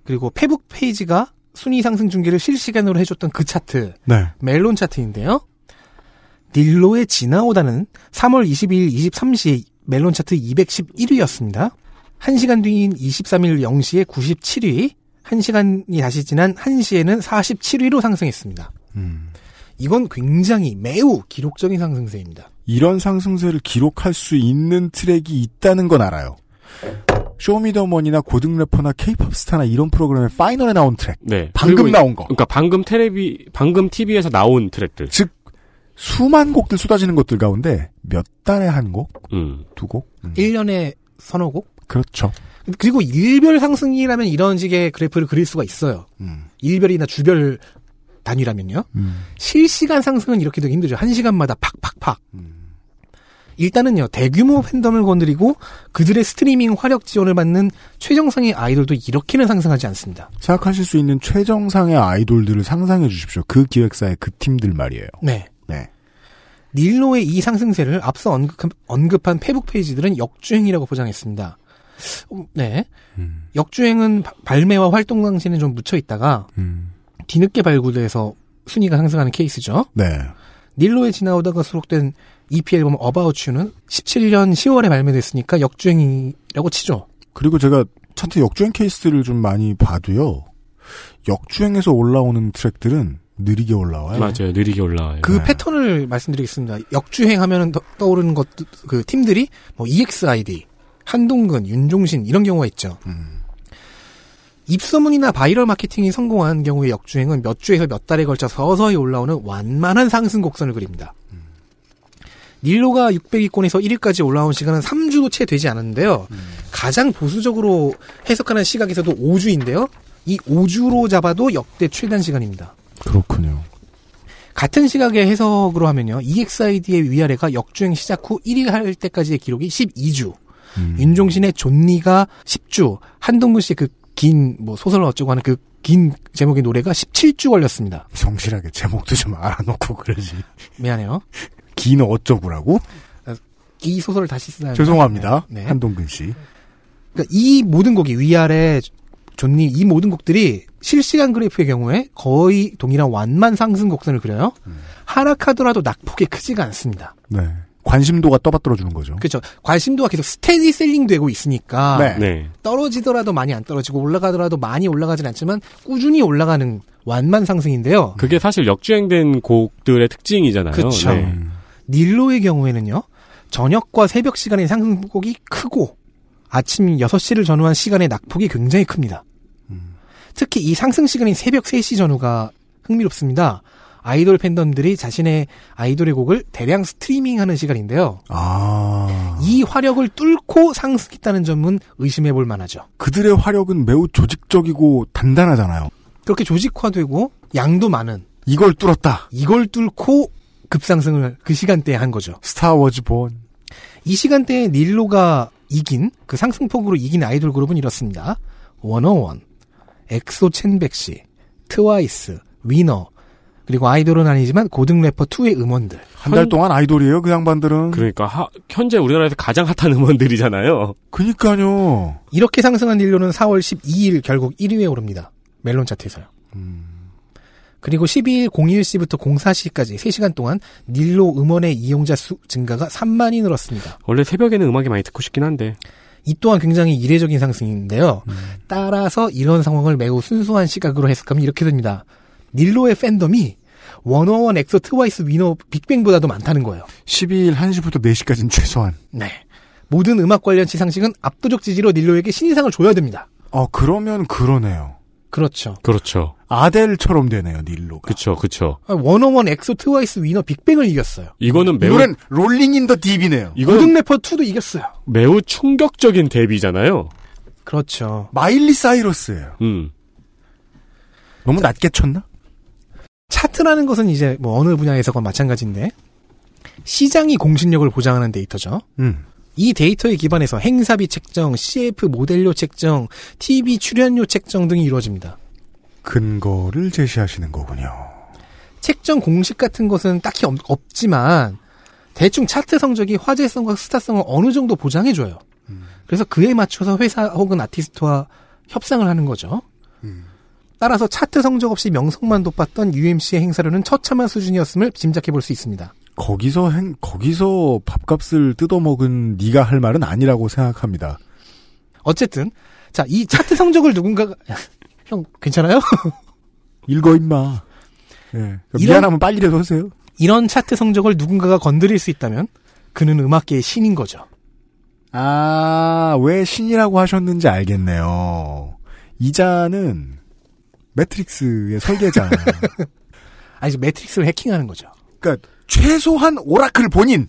그리고 페북 페이지가 순위 상승 중계를 실시간으로 해줬던 그 차트, 네. 멜론 차트인데요. 닐로의 지나오다는 3월 22일 23시에 멜론 차트 211위였습니다. 1시간 뒤인 23일 0시에 97위, 1시간이 다시 지난 1시에는 47위로 상승했습니다. 음. 이건 굉장히 매우 기록적인 상승세입니다. 이런 상승세를 기록할 수 있는 트랙이 있다는 건 알아요. 쇼미더머니나 고등 래퍼나 케이팝 스타나 이런 프로그램의 파이널에 나온 트랙. 네. 방금 그리고 이- 나온 거. 그러니까 방금 테레비, 방금 TV에서 나온 트랙들. 즉 수만 곡들 쏟아지는 것들 가운데 몇 달에 한 곡, 음. 두 곡. 음. 1년에 서너 곡? 그렇죠. 그리고 일별 상승이라면 이런 식의 그래프를 그릴 수가 있어요. 음. 일별이나 주별 단위라면요. 음. 실시간 상승은 이렇게 되기 힘들죠. 한 시간마다 팍팍팍. 음. 일단은요, 대규모 팬덤을 건드리고 그들의 스트리밍 화력 지원을 받는 최정상의 아이돌도 이렇게는 상승하지 않습니다. 생각하실 수 있는 최정상의 아이돌들을 상상해 주십시오. 그 기획사의 그 팀들 말이에요. 네. 네. 닐로의 이 상승세를 앞서 언급, 언급한 페북 페이지들은 역주행이라고 포장했습니다. 음, 네. 음. 역주행은 바- 발매와 활동 당시에는 좀 묻혀 있다가 음. 뒤늦게 발굴돼서 순위가 상승하는 케이스죠. 네. 닐로에 지나오다가 수록된 EP 앨범 About You는 17년 10월에 발매됐으니까 역주행이라고 치죠. 그리고 제가 차트 역주행 케이스를 좀 많이 봐도요. 역주행에서 올라오는 트랙들은 느리게 올라와요. 맞아요. 느리게 올라와요. 그 패턴을 말씀드리겠습니다. 역주행하면 떠오르는 것, 그 팀들이 뭐 EXID, 한동근, 윤종신 이런 경우가 있죠. 입소문이나 바이럴 마케팅이 성공한 경우의 역주행은 몇 주에서 몇 달에 걸쳐 서서히 올라오는 완만한 상승 곡선을 그립니다. 닐로가 600위권에서 1위까지 올라온 시간은 3주도 채 되지 않았는데요. 가장 보수적으로 해석하는 시각에서도 5주인데요. 이 5주로 잡아도 역대 최단 시간입니다. 그렇군요. 같은 시각의 해석으로 하면요. E EXID의 위아래가 역주행 시작 후 1위 할 때까지의 기록이 12주. 음. 윤종신의 존니가 10주. 한동근 씨의 그 긴 뭐 소설 어쩌고 하는 그 긴 제목의 노래가 17주 걸렸습니다. 성실하게 제목도 좀 알아놓고 그러지. 미안해요. 긴 어쩌구라고? 이 소설을 다시 쓰나요? 죄송합니다. 네. 한동근 씨. 그러니까 이 모든 곡이 위아래 존니 이 모든 곡들이 실시간 그래프의 경우에 거의 동일한 완만 상승 곡선을 그려요. 음. 하락하더라도 낙폭이 크지가 않습니다. 네. 관심도가 떠받들어 주는 거죠. 그렇죠. 관심도가 계속 스테디 셀링 되고 있으니까 네. 네. 떨어지더라도 많이 안 떨어지고 올라가더라도 많이 올라가진 않지만 꾸준히 올라가는 완만 상승인데요. 그게 사실 역주행된 곡들의 특징이잖아요. 그쵸. 네. 닐로의 경우에는요. 저녁과 새벽 시간의 상승폭이 크고 아침 6시를 전후한 시간의 낙폭이 굉장히 큽니다. 음. 특히 이 상승 시간인 새벽 3시 전후가 흥미롭습니다. 아이돌 팬덤들이 자신의 아이돌의 곡을 대량 스트리밍하는 시간인데요. 아. 이 화력을 뚫고 상승했다는 점은 의심해 볼 만하죠. 그들의 화력은 매우 조직적이고 단단하잖아요. 그렇게 조직화되고 양도 많은 이걸 뚫었다. 이걸 뚫고 급상승을 그 시간대에 한 거죠. 스타워즈 본. 이 시간대에 닐로가 이긴 그 상승폭으로 이긴 아이돌 그룹은 이렇습니다. 원어원, 엑소 첸백시, 트와이스, 위너 그리고 아이돌은 아니지만 고등 래퍼 2의 음원들. 한 달 동안 아이돌이에요, 그 양반들은. 그러니까 하- 현재 우리나라에서 가장 핫한 음원들이잖아요. 그니까요. 이렇게 상승한 닐로는 4월 12일 결국 1위에 오릅니다. 멜론 차트에서요. 그리고 12일 01시부터 04시까지 3시간 동안 닐로 음원의 이용자 수 증가가 3만이 늘었습니다. 원래 새벽에는 음악이 많이 듣고 싶긴 한데 이 또한 굉장히 이례적인 상승인데요. 따라서 이런 상황을 매우 순수한 시각으로 해석하면 이렇게 됩니다. 닐로의 팬덤이 원어원 엑소 트와이스 위너 빅뱅보다도 많다는 거예요. 12일 1시부터 4시까지는 *laughs* 최소한. 네. 모든 음악 관련 시상식은 압도적 지지로 닐로에게 신인상을 줘야 됩니다. 어, 그러면 그러네요. 그렇죠. 그렇죠. 아델처럼 되네요, 닐로가. 그렇죠. 그렇죠. 아, 원어원 엑소 트와이스 위너 빅뱅을 이겼어요. 이거는 이 매우 노래는 롤링 인 더 딥이네요. 고등 이거는 래퍼 2도 이겼어요. 매우 충격적인 데뷔잖아요. 그렇죠. 마일리 사이러스예요. 음. 너무 낮게 쳤나? 차트라는 것은 이제 뭐 어느 분야에서건 마찬가지인데 시장이 공신력을 보장하는 데이터죠. 음. 이 데이터에 기반해서 행사비 책정, CF 모델료 책정, TV 출연료 책정 등이 이루어집니다. 근거를 제시하시는 거군요. 책정 공식 같은 것은 딱히 없, 없지만 대충 차트 성적이 화제성과 스타성을 어느 정도 보장해줘요. 그래서 그에 맞춰서 회사 혹은 아티스트와 협상을 하는 거죠. 따라서 차트 성적 없이 명성만 돋봤던 UMC의 행사료는 처참한 수준이었음을 짐작해 볼 수 있습니다. 거기서 행, 거기서 밥값을 뜯어먹은 네가 할 말은 아니라고 생각합니다. 어쨌든 자 이 차트 성적을 누군가가 형 괜찮아요? *laughs* 읽어, 임마. 예. 이런- 미안하면 빨리라도 하세요. 이런 차트 성적을 누군가가 건드릴 수 있다면 그는 음악계의 신인 거죠. 아, 왜 신이라고 하셨는지 알겠네요. 이자는 매트릭스의 *laughs* 설계자. 아니 이제 매트릭스를 해킹하는 거죠. 그러니까 최소한 오라클 본인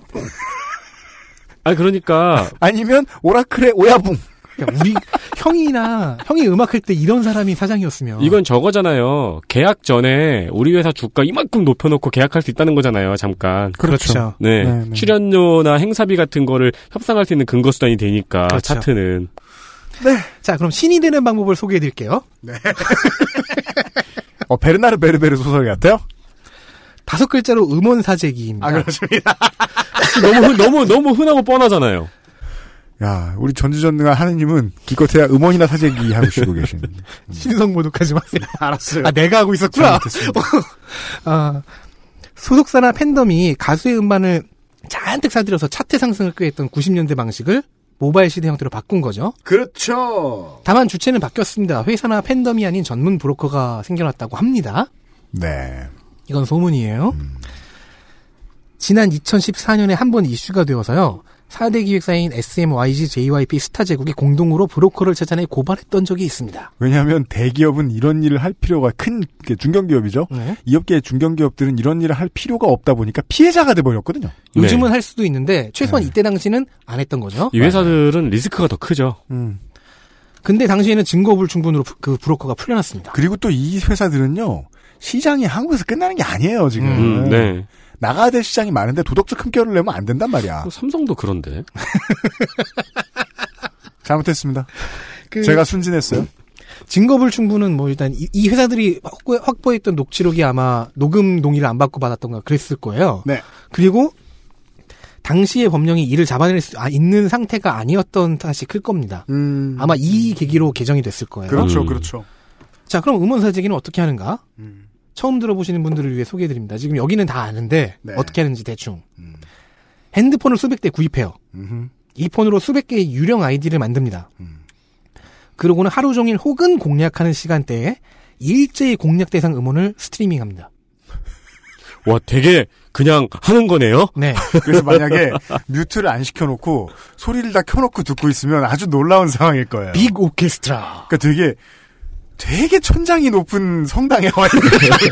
아 그러니까 아니면 오라클의 오야붕. 그러니까 우리 형이나 형이 음악할 때 이런 사람이 사장이었으면 이건 저거잖아요. 계약 전에 우리 회사 주가 이만큼 높여놓고 계약할 수 있다는 거잖아요. 잠깐. 그렇죠. 네. 네, 네. 출연료나 행사비 같은 거를 협상할 수 있는 근거 수단이 되니까 그렇죠. 차트는 *laughs* 자 그럼 신이 되는 방법을 소개해 드릴게요. 어 베르나르 베르베르 소설 같아요. 다섯 글자로 음원 사재기입니다. 그렇습니다. 너무 흔- 너무 너무 흔하고 뻔하잖아요. 야 우리 전지전능한 하느님은 기껏해야 음원이나 사재기 하고 쉬고 계신. 신성 모독하지 마세요. *laughs* 알았어요. 아 내가 하고 있었구나. *laughs* 아, 소속사나 팬덤이 가수의 음반을 잔뜩 사들여서 차트 상승을 꾀했던 90년대 방식을 모바일 시대 형태로 바꾼 거죠. 그렇죠. 다만 주체는 바뀌었습니다. 회사나 팬덤이 아닌 전문 브로커가 생겨났다고 합니다. *laughs* 네. 이건 소문이에요. 음. 지난 2014년에 한 번 이슈가 되어서요. 4대 기획사인 SMYG, JYP, 스타제국이 공동으로 브로커를 찾아내 고발했던 적이 있습니다. 왜냐하면 대기업은 이런 일을 할 필요가 큰 게 중견기업이죠. 네. 이 업계의 중견기업들은 이런 일을 할 필요가 없다 보니까 피해자가 돼버렸거든요. 네. 요즘은 할 수도 있는데 최소한 이때 당시는 안 했던 거죠. 이 회사들은 리스크가 더 크죠. 음. 근데 당시에는 증거불충분으로 부- 그 브로커가 풀려났습니다. 그리고 또 이 회사들은요 시장이 한국에서 끝나는 게 아니에요, 지금. 음, 네. 나가야 될 시장이 많은데 도덕적 흠결을 내면 안 된단 말이야. 뭐 삼성도 그런데. 잘못했습니다. 제가 순진했어요. 증거불충분은 뭐 일단 이, 이 회사들이 확보, 확보했던 녹취록이 아마 녹음 동의를 안 받고 받았던가 그랬을 거예요. 네. 그리고 당시의 법령이 이를 잡아낼 수 아, 있는 상태가 아니었던 탓이 클 겁니다. 음. 아마 이 계기로 개정이 됐을 거예요. 그렇죠, 그렇죠. 자, 그럼 음원사재기는 어떻게 하는가? 처음 들어보시는 분들을 위해 소개해드립니다. 지금 여기는 다 아는데 네. 어떻게 하는지 대충. 핸드폰을 수백 대 구입해요. 음흠. 이 폰으로 수백 개의 유령 아이디를 만듭니다. 그러고는 하루 종일 혹은 공략하는 시간대에 일제히 공략 대상 음원을 스트리밍합니다. 와, 되게 그냥 하는 거네요? *laughs* 네. 그래서 만약에 뮤트를 안 시켜놓고 소리를 다 켜놓고 듣고 있으면 아주 놀라운 상황일 거예요. *laughs* 빅 오케스트라. 그러니까 되게 되게 천장이 높은 성당에 와 있는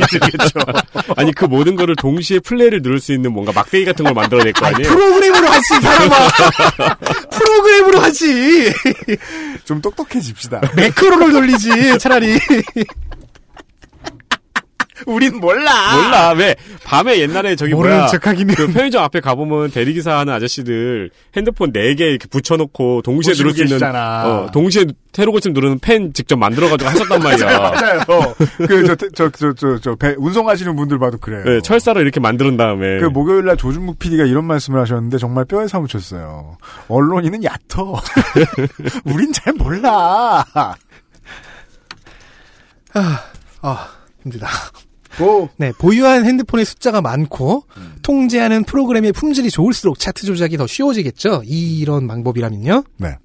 거겠죠. 아니, 그 모든 거를 동시에 플레이를 누를 수 있는 뭔가 막대기 같은 걸 만들어낼 거 아니에요? *laughs* 프로그램으로 하지, *laughs* 사람아! 프로그램으로 하지! 좀 똑똑해집시다. 매크로를 돌리지, 차라리. 우린 몰라. 몰라 왜 밤에 옛날에 저기 모르는 뭐야 척하기는. 그 편의점 앞에 가보면 대리기사 하는 아저씨들 핸드폰 4개 이렇게 붙여놓고 동시에 보시고 누를 수 있는 계시잖아. 어, 동시에 테로 고침 누르는 펜 직접 만들어가지고 하셨단 말이야 맞아요. 어, 그, 그저저저저저 운송하시는 분들 봐도 그래요. 네, 철사로 이렇게 만드는 다음에 그 목요일 날 조준묵 PD가 이런 말씀을 하셨는데 정말 뼈에 사무쳤어요. 언론인은 얕어. *laughs* 우린 잘 몰라. 아, 힘들다. 고. 네, 보유한 핸드폰의 숫자가 많고, 통제하는 프로그램의 품질이 좋을수록 차트 조작이 더 쉬워지겠죠? 이런 방법이라면요? 네.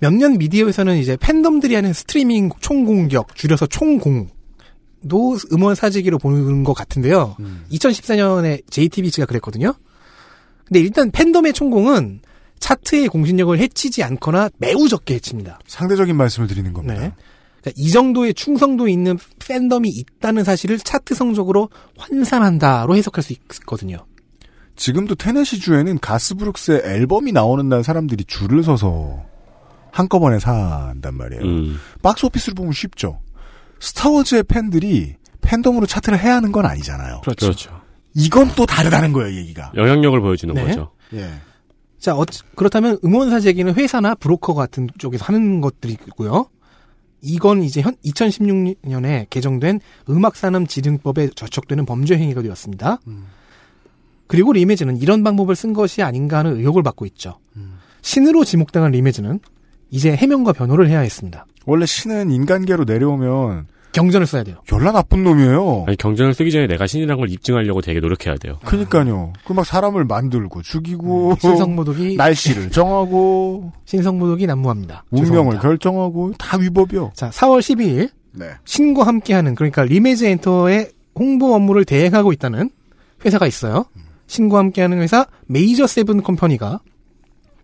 몇 년 미디어에서는 이제 팬덤들이 하는 스트리밍 총공격, 줄여서 총공도 음원 사재기로 보는 것 같은데요. 2014년에 JTBC가 그랬거든요. 근데 일단 팬덤의 총공은 차트의 공신력을 해치지 않거나 매우 적게 해칩니다. 상대적인 말씀을 드리는 겁니다. 네. 그러니까 이 정도의 충성도 있는 팬덤이 있다는 사실을 차트 성적으로 환산한다로 해석할 수 있거든요. 지금도 테네시 주에는 가스브룩스의 앨범이 나오는 날 사람들이 줄을 서서 한꺼번에 산단 말이에요. 음. 박스 오피스를 보면 쉽죠. 스타워즈의 팬들이 팬덤으로 차트를 해야 하는 건 아니잖아요. 그렇죠. 이건 또 다르다는 거예요, 얘기가. 영향력을 보여주는 네. 거죠 예. 자, 어찌- 그렇다면 음원사 재기는 회사나 브로커 같은 쪽에서 하는 것들이고요. 이건 이제 2016년에 개정된 음악산업지능법에 저촉되는 범죄 행위가 되었습니다. 음. 그리고 리메즈는 이런 방법을 쓴 것이 아닌가 하는 의혹을 받고 있죠. 음. 신으로 지목당한 리메즈는 이제 해명과 변호를 해야 했습니다. 원래 신은 인간계로 내려오면 경전을 써야 돼요. 열나 나쁜 놈이에요. 아니, 경전을 쓰기 전에 내가 신이란 걸 입증하려고 되게 노력해야 돼요 그니까요. 그 막 사람을 만들고 죽이고 네. *laughs* 신성모독이 날씨를 정하고 신성모독이 난무합니다. 운명을 죄송합니다. 결정하고 다 위법이요. 자, 4월 12일 네. 신과 함께하는 그러니까 리메즈 엔터의 홍보 업무를 대행하고 있다는 회사가 있어요. 신과 함께하는 회사 메이저 세븐 컴퍼니가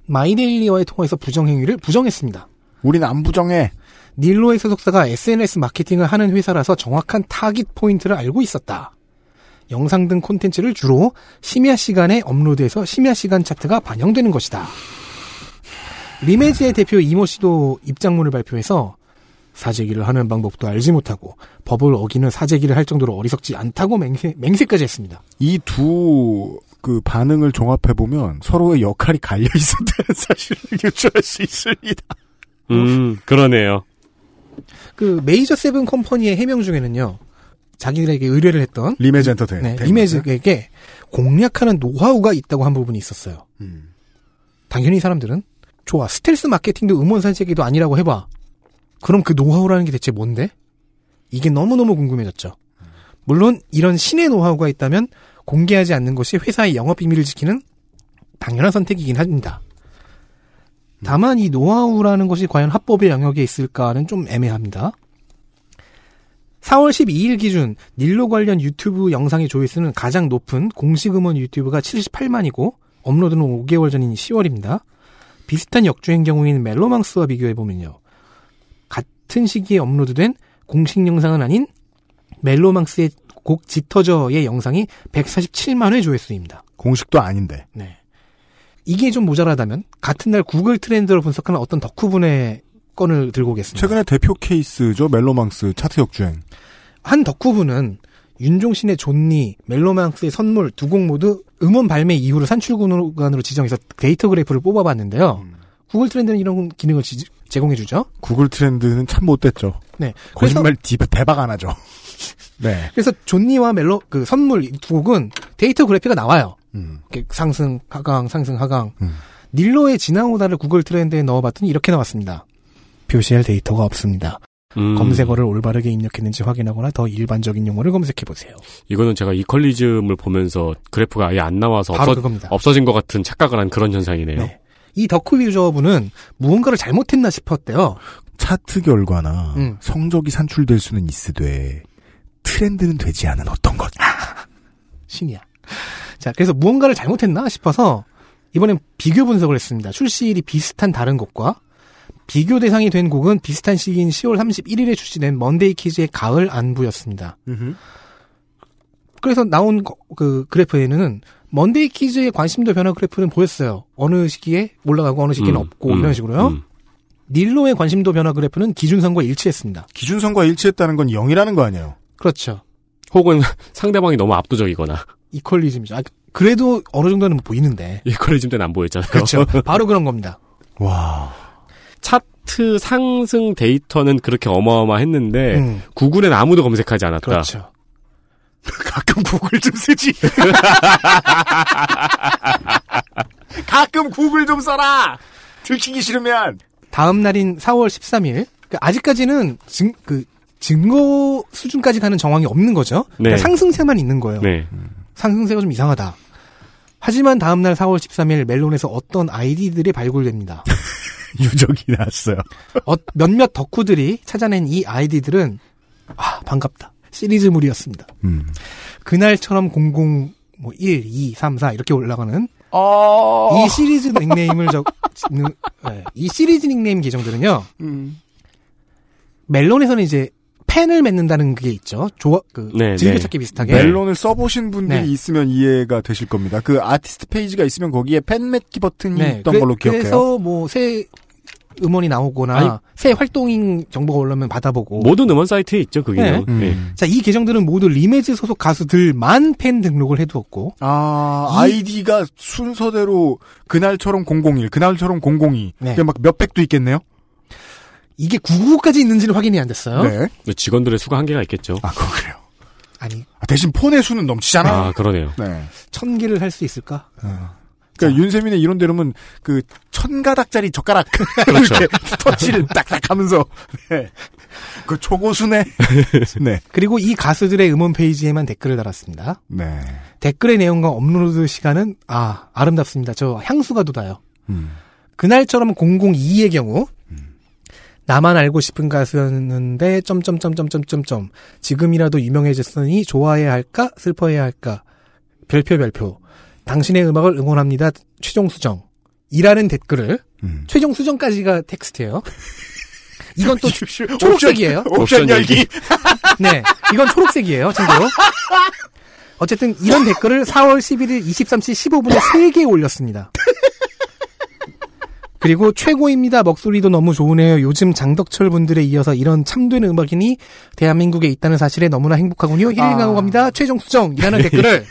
마이데일리와의 통화에서 부정 행위를 부정했습니다. 우린 안 부정해. 닐로의 소속사가 SNS 마케팅을 하는 회사라서 정확한 타깃 포인트를 알고 있었다. 영상 등 콘텐츠를 주로 심야 시간에 업로드해서 심야 시간 차트가 반영되는 것이다. 리메즈의 대표 이모 씨도 입장문을 발표해서 사재기를 하는 방법도 알지 못하고 법을 어기는 사재기를 할 정도로 어리석지 않다고 맹세, 맹세까지 했습니다. 이 두 그 반응을 종합해 보면 서로의 역할이 갈려 있었다는 *laughs* 사실을 유추할 수 있습니다. 음 그러네요 그 메이저 세븐 컴퍼니의 해명 중에는요. 자기들에게 의뢰를 했던 리메즈 엔터테인. 네, 리메즈에게 공략하는 노하우가 있다고 한 부분이 있었어요. 음. 당연히 이 사람들은 좋아 스텔스 마케팅도 음원 산재기도 아니라고 해봐. 그럼 그 노하우라는 게 대체 뭔데? 이게 너무너무 궁금해졌죠. 물론 이런 신의 노하우가 있다면 공개하지 않는 것이 회사의 영업 비밀을 지키는 당연한 선택이긴 합니다. 다만 이 노하우라는 것이 과연 합법의 영역에 있을까는 좀 애매합니다. 4월 12일 기준 닐로 관련 유튜브 영상의 조회수는 가장 높은 공식 음원 유튜브가 78만이고 업로드는 5개월 전인 10월입니다. 비슷한 역주행 경우인 멜로망스와 비교해 보면요. 같은 시기에 업로드된 공식 영상은 아닌 멜로망스의 곡 짙어져의 영상이 147만 회 조회수입니다. 공식도 아닌데. 네. 이게 좀 모자라다면 같은 날 구글 트렌드로 분석하는 어떤 덕후분의 건을 들고 오겠습니다. 최근에 대표 케이스죠. 멜로망스 차트 역주행. 한 덕후분은 윤종신의 존니, 멜로망스의 선물 두 곡 모두 음원 발매 이후로 산출구간으로 지정해서 데이터 그래프를 뽑아봤는데요. 음. 구글 트렌드는 이런 기능을 지- 제공해주죠. 구글 트렌드는 참 못됐죠. 네. 거짓말 디- 대박 안 하죠. 네. 그래서 존니와 멜로 그 선물 이두 곡은 데이터 그래프가 나와요. 음. 이렇게 상승 하강 상승 하강. 닐로의 지나오다를 구글 트렌드에 넣어봤더니 이렇게 나왔습니다. 표시할 데이터가 없습니다. 음. 검색어를 올바르게 입력했는지 확인하거나 더 일반적인 용어를 검색해 보세요. 이거는 제가 이퀄리즘을 보면서 그래프가 아예 안 나와서 바로 없어, 그겁니다. 없어진 것 같은 착각을 한 그런 현상이네요. 이 덕후 유저분은 무언가를 잘못했나 싶었대요. 차트 결과나 음. 성적이 산출될 수는 있으되 트렌드는 되지 않은 어떤 것. 신이야. 자, 그래서 무언가를 잘못했나 싶어서 이번엔 비교 분석을 했습니다. 출시일이 비슷한 다른 곡과 비교 대상이 된 곡은 비슷한 시기인 10월 31일에 출시된 먼데이 키즈의 가을 안부였습니다. 그래서 나온 거- 그 그래프에는 먼데이 키즈의 관심도 변화 그래프는 보였어요. 어느 시기에 올라가고 어느 시기는 음, 없고 음, 이런 식으로요. 음. 닐로의 관심도 변화 그래프는 기준선과 일치했습니다. 기준선과 일치했다는 건 0이라는 거 아니에요? 그렇죠. 혹은 *laughs* 상대방이 너무 압도적이거나 *laughs* 이퀄리즘이죠. 아, 그래도 어느 정도는 뭐 보이는데. 이퀄리즘 때는 안 보였잖아요. 그렇죠. *laughs* 바로 그런 겁니다. 와. 차트 상승 데이터는 그렇게 어마어마했는데 음. 구글엔 아무도 검색하지 않았다. 그렇죠. *laughs* 가끔 구글 좀 쓰지. 가끔 구글 좀 써라. 들키기 싫으면. 다음 날인 4월 13일. 그러니까 아직까지는 증, 그 증거 수준까지 가는 정황이 없는 거죠. 네. 그러니까 상승세만 있는 거예요. 네. 상승세가 좀 이상하다. 하지만 다음 날 4월 13일 멜론에서 어떤 아이디들이 발굴됩니다. 유적이 났어요. 어, 몇몇 덕후들이 찾아낸 이 아이디들은 아 반갑다. 시리즈물이었습니다. 음. 그날처럼 00, 뭐 1, 2, 3, 4 이렇게 올라가는 이 시리즈 닉네임을 적, 는- 네, 이 시리즈 닉네임 계정들은요. 멜론에서는 이제 팬을 맺는다는 그게 있죠. 조합 그 네, 즐겨찾기 네. 비슷하게 멜론을 써보신 분들이 네. 있으면 이해가 되실 겁니다. 그 아티스트 페이지가 있으면 거기에 팬 맺기 버튼이 네, 있던 그래- 걸로 기억해요. 그래서 뭐 새 음원이 나오거나 아니, 새 활동인 정보가 올라오면 받아보고 뭐 모든 음원 사이트에 있죠, 그게는. 네. 음. 자, 이 계정들은 모두 리메즈 소속 가수들만 팬 등록을 해두었고. 아, 아이디가 순서대로 그날처럼 001, 그날처럼 002. 네. 그게 막 몇백도 있겠네요? 이게 99까지 있는지는 확인이 안 됐어요. 네. 직원들의 수가 한계가 있겠죠. 아, 그래요. 아니. 대신 폰의 수는 넘치잖아. 아, 그러네요. 네. 천 개를 할 수 있을까? 그러니까 윤세민의 이런 대로면 그 천가닥짜리 젓가락 *laughs* 그렇죠. 이렇게 터치를 딱딱하면서 네. 그 초고수네. *laughs* 네. 그리고 이 가수들의 음원 페이지에만 댓글을 달았습니다. 네. 댓글의 내용과 업로드 시간은 아 아름답습니다. 저 향수가 돋아요. 그날처럼 002의 경우 나만 알고 싶은 가수였는데 점점점점점점점 지금이라도 유명해졌으니 좋아해야 할까 슬퍼해야 할까 별표 별표 당신의 음악을 응원합니다 최종 수정 이라는 댓글을 최종 수정까지가 텍스트예요. 이건 또 초록색이에요. 옵션 열기. 네. 이건 초록색이에요, 참고로. 어쨌든 이런 댓글을 4월 11일 23시 15분에 3개 올렸습니다. 그리고 최고입니다. 목소리도 너무 좋으네요. 요즘 장덕철 분들에 이어서 이런 참된 음악인이 대한민국에 있다는 사실에 너무나 행복하군요. 힐링 아. 하고 갑니다. 최종 *laughs* 수정이라는 댓글을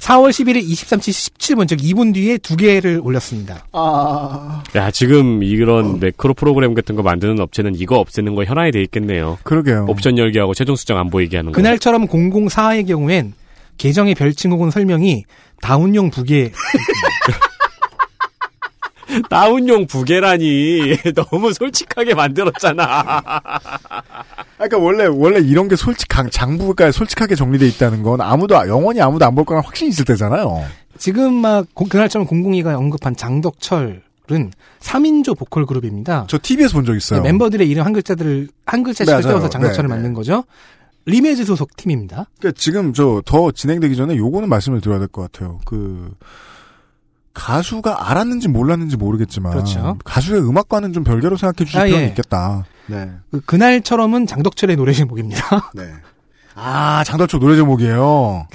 4월 11일 23시 17분 즉 2분 뒤에 두 개를 올렸습니다. 아. 야, 지금 이런 매크로 프로그램 같은 거 만드는 업체는 이거 없애는 거 현안이 돼 있겠네요. 그러게요. 옵션 열기하고 최종 수정 안 보이게 하는 거. *laughs* 그날처럼 004의 경우엔 계정의 별칭 혹은 설명이 다운용 부계 다운용 부계라니 *laughs* 너무 솔직하게 만들었잖아. 그러니까 원래 원래 이런 게 솔직한 장부가 솔직하게 정리돼 있다는 건 아무도 영원히 아무도 안 볼 거란 확신이 있을 때잖아요. 지금 막 고- 그날처럼 002가 언급한 장덕철은 3인조 보컬 그룹입니다. 네, 저 TV에서 본 적 있어요. 멤버들의 이름 한 글자들을 한 글자씩 맞아요. 떼어서 장덕철을 그렇죠. 네, 만든 거죠. 리메즈 소속 팀입니다. 그러니까 지금 저 더 진행되기 전에 요거는 말씀을 드려야 될 것 같아요. 그 가수가 알았는지 몰랐는지 모르겠지만 그렇죠. 가수의 음악과는 좀 별개로 생각해 주실 아, 필요는 예. 있겠다. 네. 그- 그날처럼은 장덕철의 노래 제목입니다. *laughs* 네. 아 장덕철 노래 제목이에요.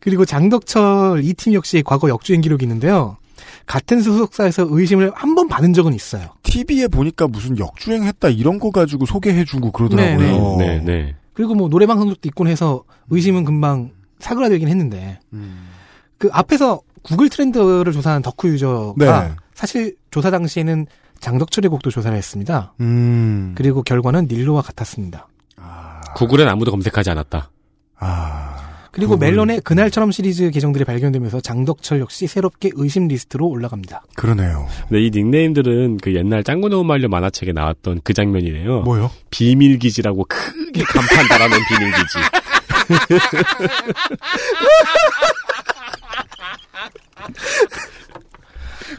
그리고 장덕철 이 팀 역시 과거 역주행 기록이 있는데요. 같은 소속사에서 의심을 한 번 받은 적은 있어요. TV에 보니까 무슨 역주행했다 이런 거 가지고 소개해 주고 그러더라고요. 네, 네. 그래서 그리고 뭐 노래방 성적도 있곤 해서 의심은 금방 사그라들긴 했는데 음. 그 앞에서 구글 트렌드를 조사한 덕후 유저가 네. 사실 조사 당시에는 장덕철의 곡도 조사를 했습니다. 음. 그리고 결과는 닐로와 같았습니다. 구글엔 아무도 검색하지 않았다. 아, 그리고 구글. 멜론의 그날처럼 시리즈 계정들이 발견되면서 장덕철 역시 새롭게 의심 리스트로 올라갑니다. 그러네요. 근데 이 닉네임들은 그 옛날 짱구노 말려 만화책에 나왔던 그 장면이네요. 뭐요? 비밀기지라고 크게 간판 달아놓은 비밀기지.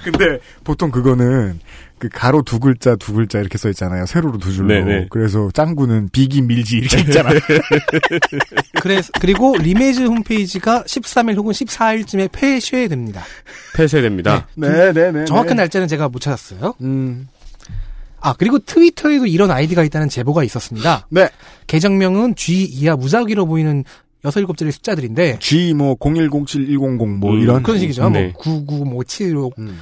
근데 보통 그거는 그 가로 두 글자 두 글자 이렇게 써 있잖아요. 세로로 두 줄로. 네네. 그래서 짱구는 비기 밀지 *laughs* 이렇게 있잖아요. 그래서 그리고 리메이즈 홈페이지가 13일 혹은 14일쯤에 폐쇄됩니다. 폐쇄됩니다. 네, 네, 네. 정확한 네. 날짜는 제가 못 찾았어요. 음. 아 그리고 트위터에도 이런 아이디가 있다는 제보가 있었습니다. 네. 계정명은 G 이하 무작위로 보이는 6, 7자리 숫자들인데 G 뭐 0107100 뭐 음, 이런 그런 식이죠. 네. 뭐 99, 뭐 76. 음.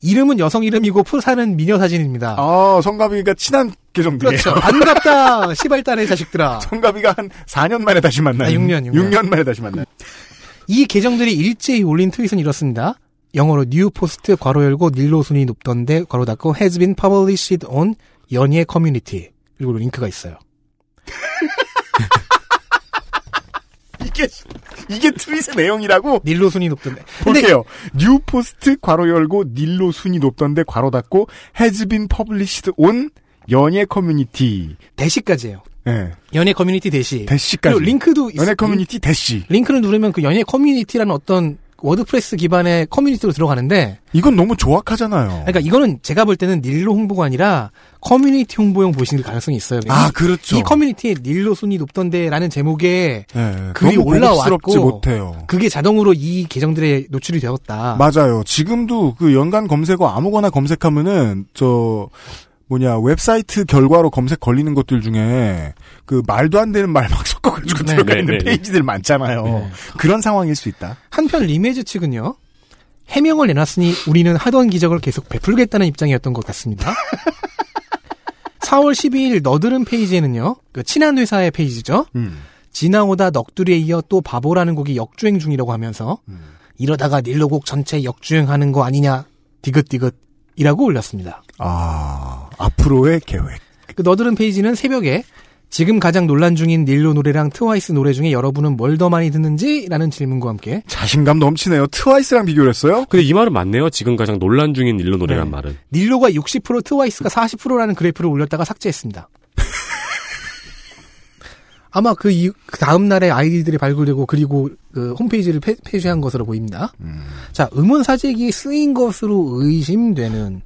이름은 여성 이름이고 프사는 미녀 사진입니다. 아, 성가비가 친한 계정들이에요. 그렇죠. 반갑다 시발단의 자식들아. *laughs* 성가비가 한 4년 만에 다시 만나요. 아, 육 년, 육 년. 6년 만에 다시 만나요. 이 계정들이 일제히 올린 트윗은 이렇습니다. 영어로 뉴포스트 괄호 열고 닐로 순위 높던데 괄호 닫고 has been published on 연예 커뮤니티 그리고 링크가 있어요. 이게 이게 트윗의 내용이라고 닐로 순위 높던데. *laughs* 근데 볼게요. 뉴 포스트 괄호 열고 닐로 순위 높던데 괄호 닫고 has been published on 연예 커뮤니티. 대시까지예요. 예. 연예 커뮤니티 대시. 대시까지. 그리고 링크도 있- 연예 커뮤니티 대시. 링크를 누르면 그 연예 커뮤니티라는 어떤 워드프레스 기반의 커뮤니티로 들어가는데 이건 너무 조악하잖아요. 그러니까 이거는 제가 볼 때는 닐로 홍보가 아니라 커뮤니티 홍보용 보신일 가능성이 있어요. 아, 그렇죠. 이 커뮤니티에 닐로 순위 높던데라는 제목의 예, 글이 너무 고급스럽지 올라왔고 못해요. 그게 자동으로 이 계정들에 노출이 되었다. 맞아요. 지금도 그 연간 검색어 아무거나 검색하면은 저 뭐냐 웹사이트 결과로 검색 걸리는 것들 중에 그 말도 안 되는 말 막 섞어가지고 네, 들어가 네, 있는 네, 네. 페이지들 많잖아요. 네. 그런 상황일 수 있다. 한편 리메즈 측은요. 해명을 내놨으니 우리는 하던 기적을 계속 베풀겠다는 입장이었던 것 같습니다. 4월 12일 너드름 페이지에는요. 그 친한 회사의 페이지죠. 지나오다 넋두리에 이어 또 바보라는 곡이 역주행 중이라고 하면서 이러다가 닐로곡 전체 역주행하는 거 아니냐 디귿디귿이라고 올렸습니다. 아 앞으로의 계획. 그 너드름 페이지는 새벽에 지금 가장 논란 중인 닐로 노래랑 트와이스 노래 중에 여러분은 뭘 더 많이 듣는지라는 질문과 함께 자신감 넘치네요. 트와이스랑 비교를 했어요? 근데 이 말은 맞네요. 지금 가장 논란 중인 일로 노래란 네. 말은. 닐로가 60% 트와이스가 40%라는 그래프를 올렸다가 삭제했습니다. 아마 그, 이후- 그 다음 날에 아이디들이 발굴되고 그리고 그 홈페이지를 폐, 폐쇄한 것으로 보입니다. 자 음원 사재기에 쓰인 것으로 의심되는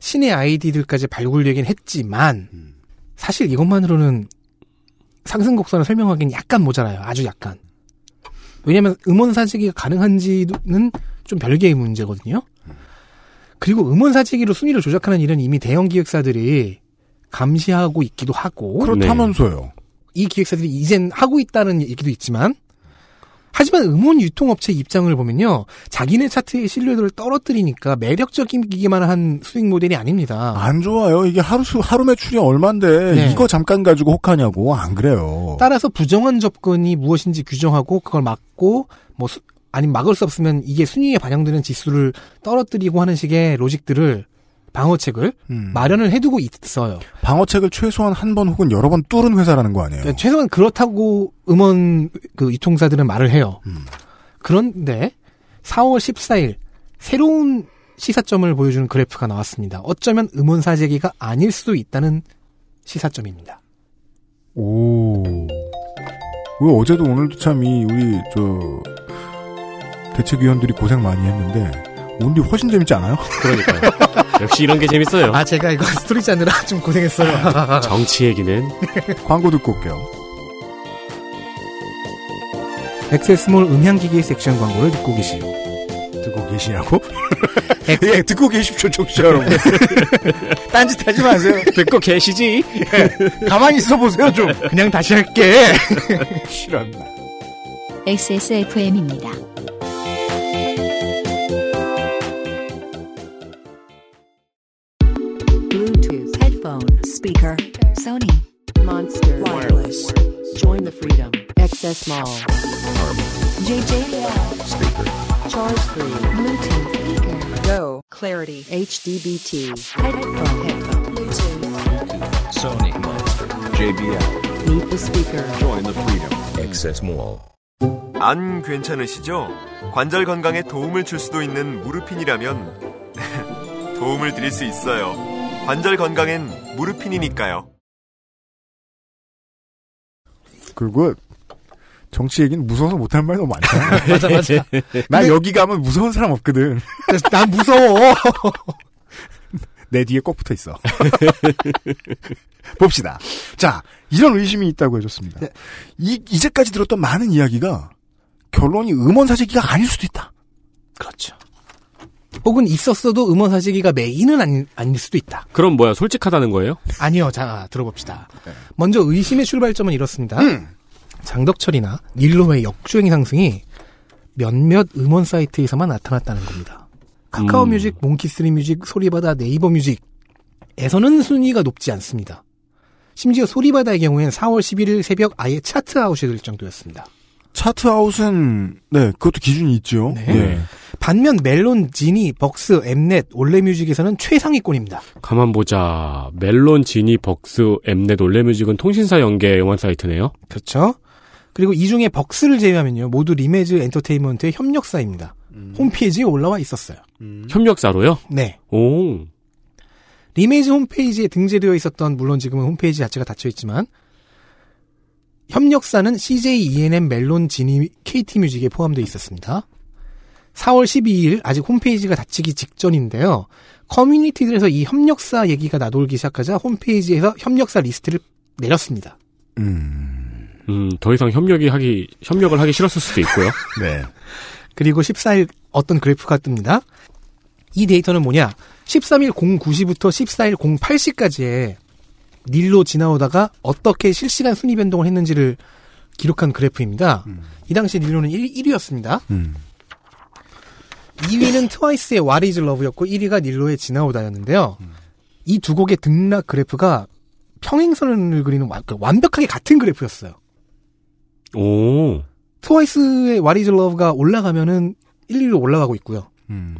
신의 아이디들까지 발굴되긴 했지만 사실 이것만으로는 상승 곡선을 설명하기는 약간 모자라요. 아주 약간. 왜냐하면 음원 사재기가 가능한지는 좀 별개의 문제거든요. 그리고 음원 사재기로 순위를 조작하는 일은 이미 대형 기획사들이 감시하고 있기도 하고 네. 그렇다면서요. 이 기획사들이 이젠 하고 있다는 얘기도 있지만 하지만 음원 유통업체 입장을 보면요 자기네 차트의 신뢰도를 떨어뜨리니까 매력적이기만 한 수익 모델이 아닙니다. 안 좋아요. 이게 하루 수 하루 매출이 얼만데 네. 이거 잠깐 가지고 혹하냐고 안 그래요. 따라서 부정한 접근이 무엇인지 규정하고 그걸 막고 뭐 수- 아니면 막을 수 없으면 이게 순위에 반영되는 지수를 떨어뜨리고 하는 식의 로직들을 방어책을 음. 마련을 해두고 있어요. 방어책을 최소한 한 번 혹은 여러 번 뚫은 회사라는 거 아니에요. 그러니까 최소한 그렇다고 음원 그 유통사들은 말을 해요. 그런데 4월 14일 새로운 시사점을 보여주는 그래프가 나왔습니다. 어쩌면 음원 사재기가 아닐 수도 있다는 시사점입니다. 오. 왜 어제도 오늘도 참 이 우리 저 대책위원들이 고생 많이 했는데 오늘이 훨씬 재밌지 않아요? *laughs* 그러니까요. 역시 이런 게 재밌어요. 아 제가 이거 *laughs* 스토리 짜느라 좀 고생했어요. 정치 얘기는 광고 듣고 올게요. *laughs* 엑세스몰 음향기기 섹션 광고를 듣고 계시오. 듣고 계시냐고? *laughs* 네. 예, 듣고 계십시오, 청취자 여러분. 딴짓 하지 마세요. 듣고 계시지? 가만히 있어 보세요, 좀. 그냥 다시 할게. 싫었나. XSFM입니다. Bluetooth headphone Speaker. Sony Monster Wireless Access Mall. JJL. Speaker. Charge 3. Bluetooth. Speaker. Go. Clarity. HDBT. Headphone. Headphone. Bluetooth. Sony Monster. JBL. Meet the speaker. Join the freedom. Access Mall. 안 괜찮으시죠? 관절 건강에 도움을 줄 수도 있는 무르핀이라면 *laughs* 도움을 드릴 수 있어요. 관절 건강엔 무르핀이니까요. 그리고 정치 얘기는 무서워서 못할 말 너무 많잖아. 맞아, *laughs* 맞아. 나 근데- 여기 가면 무서운 사람 없거든. 나 무서워. *laughs* 내 뒤에 꼭 붙어 *laughs* 있어. 봅시다. 자, 이런 의심이 있다고 해줬습니다. 네. 이, 이제까지 들었던 많은 이야기가 결론이 음원사재기가 아닐 수도 있다. 그렇죠. 혹은 있었어도 음원 사시기가 메인은 아니, 아닐 수도 있다. 그럼 뭐야 솔직하다는 거예요? 아니요. 자, 들어봅시다. 먼저 의심의 출발점은 이렇습니다. 장덕철이나 닐로의 역주행의 상승이 몇몇 음원 사이트에서만 나타났다는 겁니다. 카카오 음. 뮤직, 몽키스리 뮤직, 소리바다, 네이버 뮤직에서는 순위가 높지 않습니다. 심지어 소리바다의 경우엔 4월 11일 새벽 아예 차트 아웃이 될 정도였습니다. 차트아웃은, 네, 그것도 기준이 있죠. 네. 네. 반면 멜론, 지니, 벅스, 엠넷, 올레뮤직에서는 최상위권입니다. 가만 보자. 멜론, 지니, 벅스, 엠넷, 올레뮤직은 통신사 연계 영원 사이트네요. 그렇죠. 그리고 이 중에 벅스를 제외하면요, 모두 리메즈 엔터테인먼트의 협력사입니다. 홈페이지에 올라와 있었어요. 음. 협력사로요? 네. 오. 리메이즈 홈페이지에 등재되어 있었던 물론 지금은 홈페이지 자체가 닫혀 있지만 협력사는 CJ ENM 멜론 지니 KT 뮤직에 포함되어 있었습니다. 4월 12일 아직 홈페이지가 닫히기 직전인데요. 커뮤니티들에서 이 협력사 얘기가 나돌기 시작하자 홈페이지에서 협력사 리스트를 내렸습니다. 음. 음, 더 이상 협력이 하기, 협력을 하기 싫었을 수도 있고요. 네. 그리고 14일 어떤 그래프가 뜹니다. 이 데이터는 뭐냐? 13일 09시부터 14일 08시까지에 닐로 지나오다가 어떻게 실시간 순위 변동을 했는지를 기록한 그래프입니다. 이 당시 닐로는 1, 1위였습니다. 음. 2위는 트와이스의 What is Love였고 1위가 닐로의 지나오다였는데요. 이 두 곡의 등락 그래프가 평행선을 그리는 완- 완벽하게 같은 그래프였어요. 오. 트와이스의 What is Love가 올라가면은 1, 2로 올라가고 있고요. 음.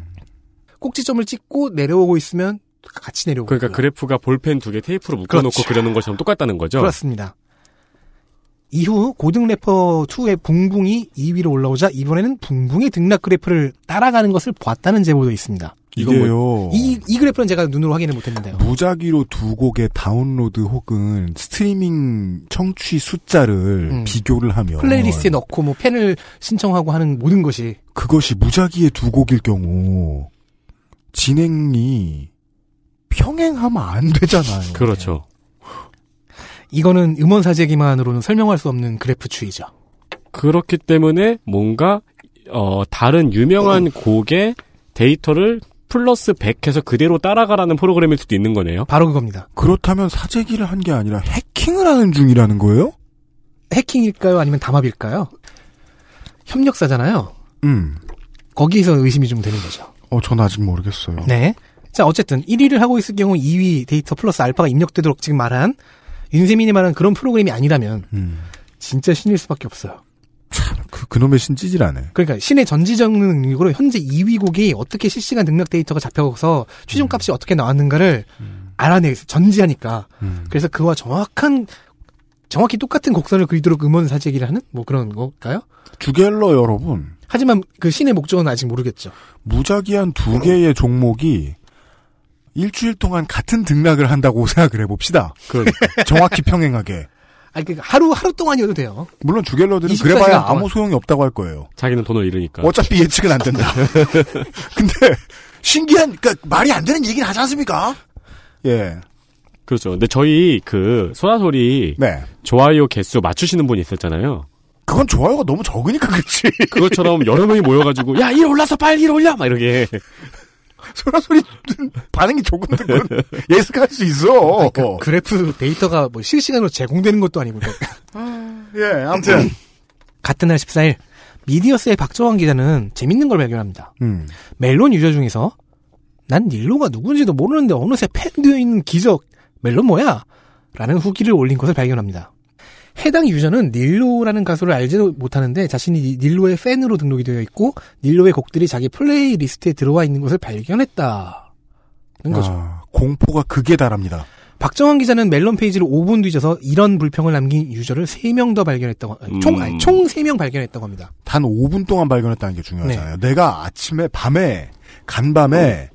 꼭지점을 찍고 내려오고 있으면 같이 내려오고 그러니까 그래프가 볼펜 두 개 테이프로 묶어놓고 그렇죠. 그려놓은 것처럼 똑같다는 거죠? 그렇습니다. 이후 고등 래퍼 2의 붕붕이 2위로 올라오자 이번에는 붕붕의 등락 그래프를 따라가는 것을 봤다는 제보도 있습니다. 이게요. 뭐 어. 이, 이 그래프는 제가 눈으로 확인을 못했는데요. 무작위로 두 곡의 다운로드 혹은 스트리밍 청취 숫자를 음. 비교를 하면 어. 플레이리스트에 넣고 뭐 팬을 신청하고 하는 모든 것이 그것이 무작위의 두 곡일 경우 진행이 평행하면 안 되잖아요. 그렇죠. 이거는 음원 사재기만으로는 설명할 수 없는 그래프 추이죠. 그렇기 때문에 뭔가 어, 다른 유명한 곡의 데이터를 플러스 100해서 그대로 따라가라는 프로그램일 수도 있는 거네요. 바로 그겁니다. 그렇다면 사재기를 한 게 아니라 해킹을 하는 중이라는 거예요? 해킹일까요? 아니면 담합일까요? 협력사잖아요. 음. 거기서 의심이 좀 되는 거죠. 어, 전 아직 모르겠어요. 네. 자, 어쨌든 1위를 하고 있을 경우 2위 데이터 플러스 알파가 입력되도록 지금 말한 윤세민이 말한 그런 프로그램이 아니라면 음. 진짜 신일 수밖에 없어요. 그, 그놈의 신 찌질하네. 그러니까 신의 전지적인 능력으로 현재 2위 곡이 어떻게 실시간 능력 데이터가 잡혀서 음. 최종값이 어떻게 나왔는가를 알아내기 위해서 전지하니까 음. 그래서 그와 정확한 정확히 똑같은 곡선을 그리도록 음원 사재기를 하는 뭐 그런 걸까요? 주갤러 여러분, 하지만 그 신의 목적은 아직 모르겠죠. 무작위한 두 개의 종목이 일주일 동안 같은 등락을 한다고 *laughs* 생각을 해봅시다. 그러니까. 정확히 평행하게. 아니, 그러니까 하루 하루 동안이어도 돼요. 물론 주갤러들은 24시간 그래봐야 동안. 아무 소용이 없다고 할 거예요. *laughs* 자기는 돈을 잃으니까. 어차피 예측은 안 된다. *laughs* 근데 신기한 그러니까 말이 안 되는 얘기는 하지 않습니까? 예. 그렇죠. 근데 저희 그 소라소리 네. 좋아요 개수 맞추시는 분이 있었잖아요. 그건 좋아요가 너무 적으니까 그렇지. *laughs* *laughs* 그것처럼 여러 명이 모여가지고 야, 1 올라서 빨리 1 올려! 막 이렇게. 소라소리 반응이 적은데 그건 예측할 수 있어. 그, 래프 데이터가 뭐 실시간으로 제공되는 *laughs* 것도 아니고 예, 아무튼. 같은 날 14일 미디어스의 박정환 기자는 재밌는 걸 발견합니다. 음. 멜론 유저 중에서 난 닐로가 누군지도 모르는데 어느새 팬되어 있는 기적 멜론 뭐야? 라는 후기를 올린 것을 발견합니다. 해당 유저는 닐로라는 가수를 알지도 못하는데 자신이 이 닐로의 팬으로 등록이 되어 있고 닐로의 곡들이 자기 플레이리스트에 들어와 있는 것을 발견했다는 거죠. 아, 공포가 극에 달합니다. 박정환 기자는 멜론 페이지를 5분 뒤져서 이런 불평을 남긴 유저를 3명 더 발견했다고 음. 총 아니, 총 3명 발견했다고 합니다. 단 5분 동안 발견했다는 게 중요하잖아요. 내가 아침에 밤에 간밤에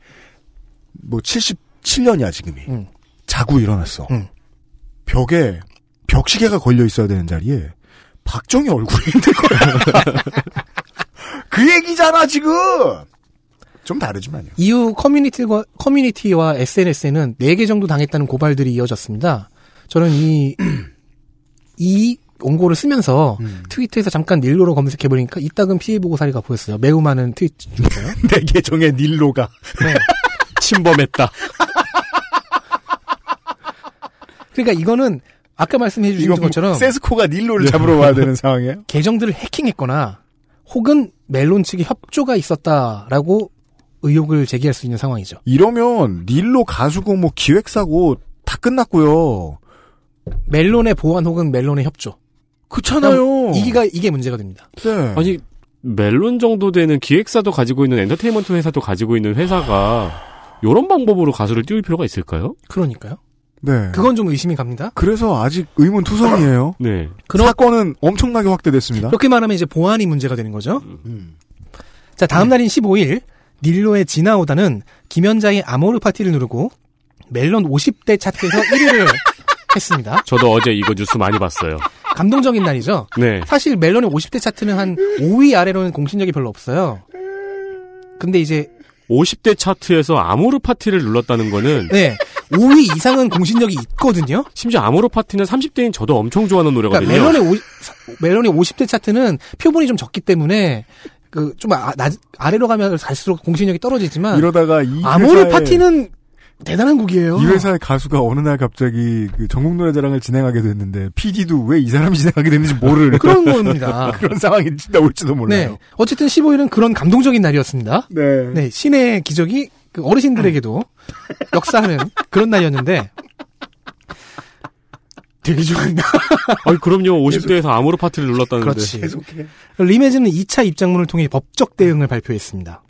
뭐 77년이야 지금이 자고 일어났어. 벽에 벽시계가 걸려 있어야 되는 자리에 박정희 얼굴이 *laughs* 있는 거야. *laughs* 그 얘기잖아 지금. 좀 다르지만요. 이후 커뮤니티와, 커뮤니티와 SNS에는 4개 정도 당했다는 고발들이 이어졌습니다. 저는 이, *clears throat* 이 원고를 쓰면서 트위터에서 잠깐 닐로로 검색해보니까 이따금 피해보고 사례가 보였어요. 매우 많은 트윗 중에서요. *laughs* 내 계정에 닐로가 침범했다. *laughs* 그러니까 이거는 아까 말씀해 주신 이건 네. 뭐 것처럼 세스코가 닐로를 잡으러 와야 되는 상황이에요? 계정들을 해킹했거나 혹은 멜론 측에 협조가 있었다라고 의혹을 제기할 수 있는 상황이죠. *laughs* 이러면 닐로 가수고 뭐 기획사고 다 끝났고요. 멜론의 보안 혹은 멜론의 협조. 그렇잖아요. 이기가 이게 문제가 됩니다. 아니 멜론 정도 되는 기획사도 가지고 있는 엔터테인먼트 회사도 가지고 있는 회사가 이런 방법으로 가수를 띄울 필요가 있을까요? 그러니까요. 네. 그건 좀 의심이 갑니다. 그래서 아직 *coughs* 의문투성이에요. 네. 사건은 엄청나게 확대됐습니다. 그렇게 말하면 이제 보안이 문제가 되는 거죠. 자, 음. 다음 날인 15일, 닐로의 지나오다는 김연자의 아모르 파티를 누르고 멜론 50대 차트에서 *laughs* 1위를 했습니다. 저도 어제 이거 뉴스 많이 봤어요. 감동적인 날이죠. 네. 사실 멜론의 50대 차트는 한 5위 아래로는 공신력이 별로 없어요. 근데 이제 50대 차트에서 아모르 파티를 눌렀다는 거는 네. 5위 이상은 공신력이 있거든요. 심지어 아모르 파티는 30대인 저도 엄청 좋아하는 노래거든요. 그러니까 멜론의 오, 멜론의 50대 차트는 표본이 좀 적기 때문에 그 좀 아, 래로 가면 갈수록 공신력이 떨어지지만 이러다가 이 아모르 회사의- 파티는 대단한 곡이에요. 이 회사의 가수가 어느 날 갑자기 그 전국 노래자랑을 진행하게 됐는데 PD도 왜 이 사람이 진행하게 됐는지 모를 그런 겁니다. *laughs* 그런 상황이 진짜 올지도 몰라요. 네. 어쨌든 15일은 그런 감동적인 날이었습니다. 네. 네. 신의 기적이 그 어르신들에게도 음. 역사하는 그런 날이었는데 되게 좋았나? 아니 그럼요. 50대에서 아모르 파티를 눌렀다는데. 그렇지. 리메즈는 2차 입장문을 통해 법적 대응을 발표했습니다.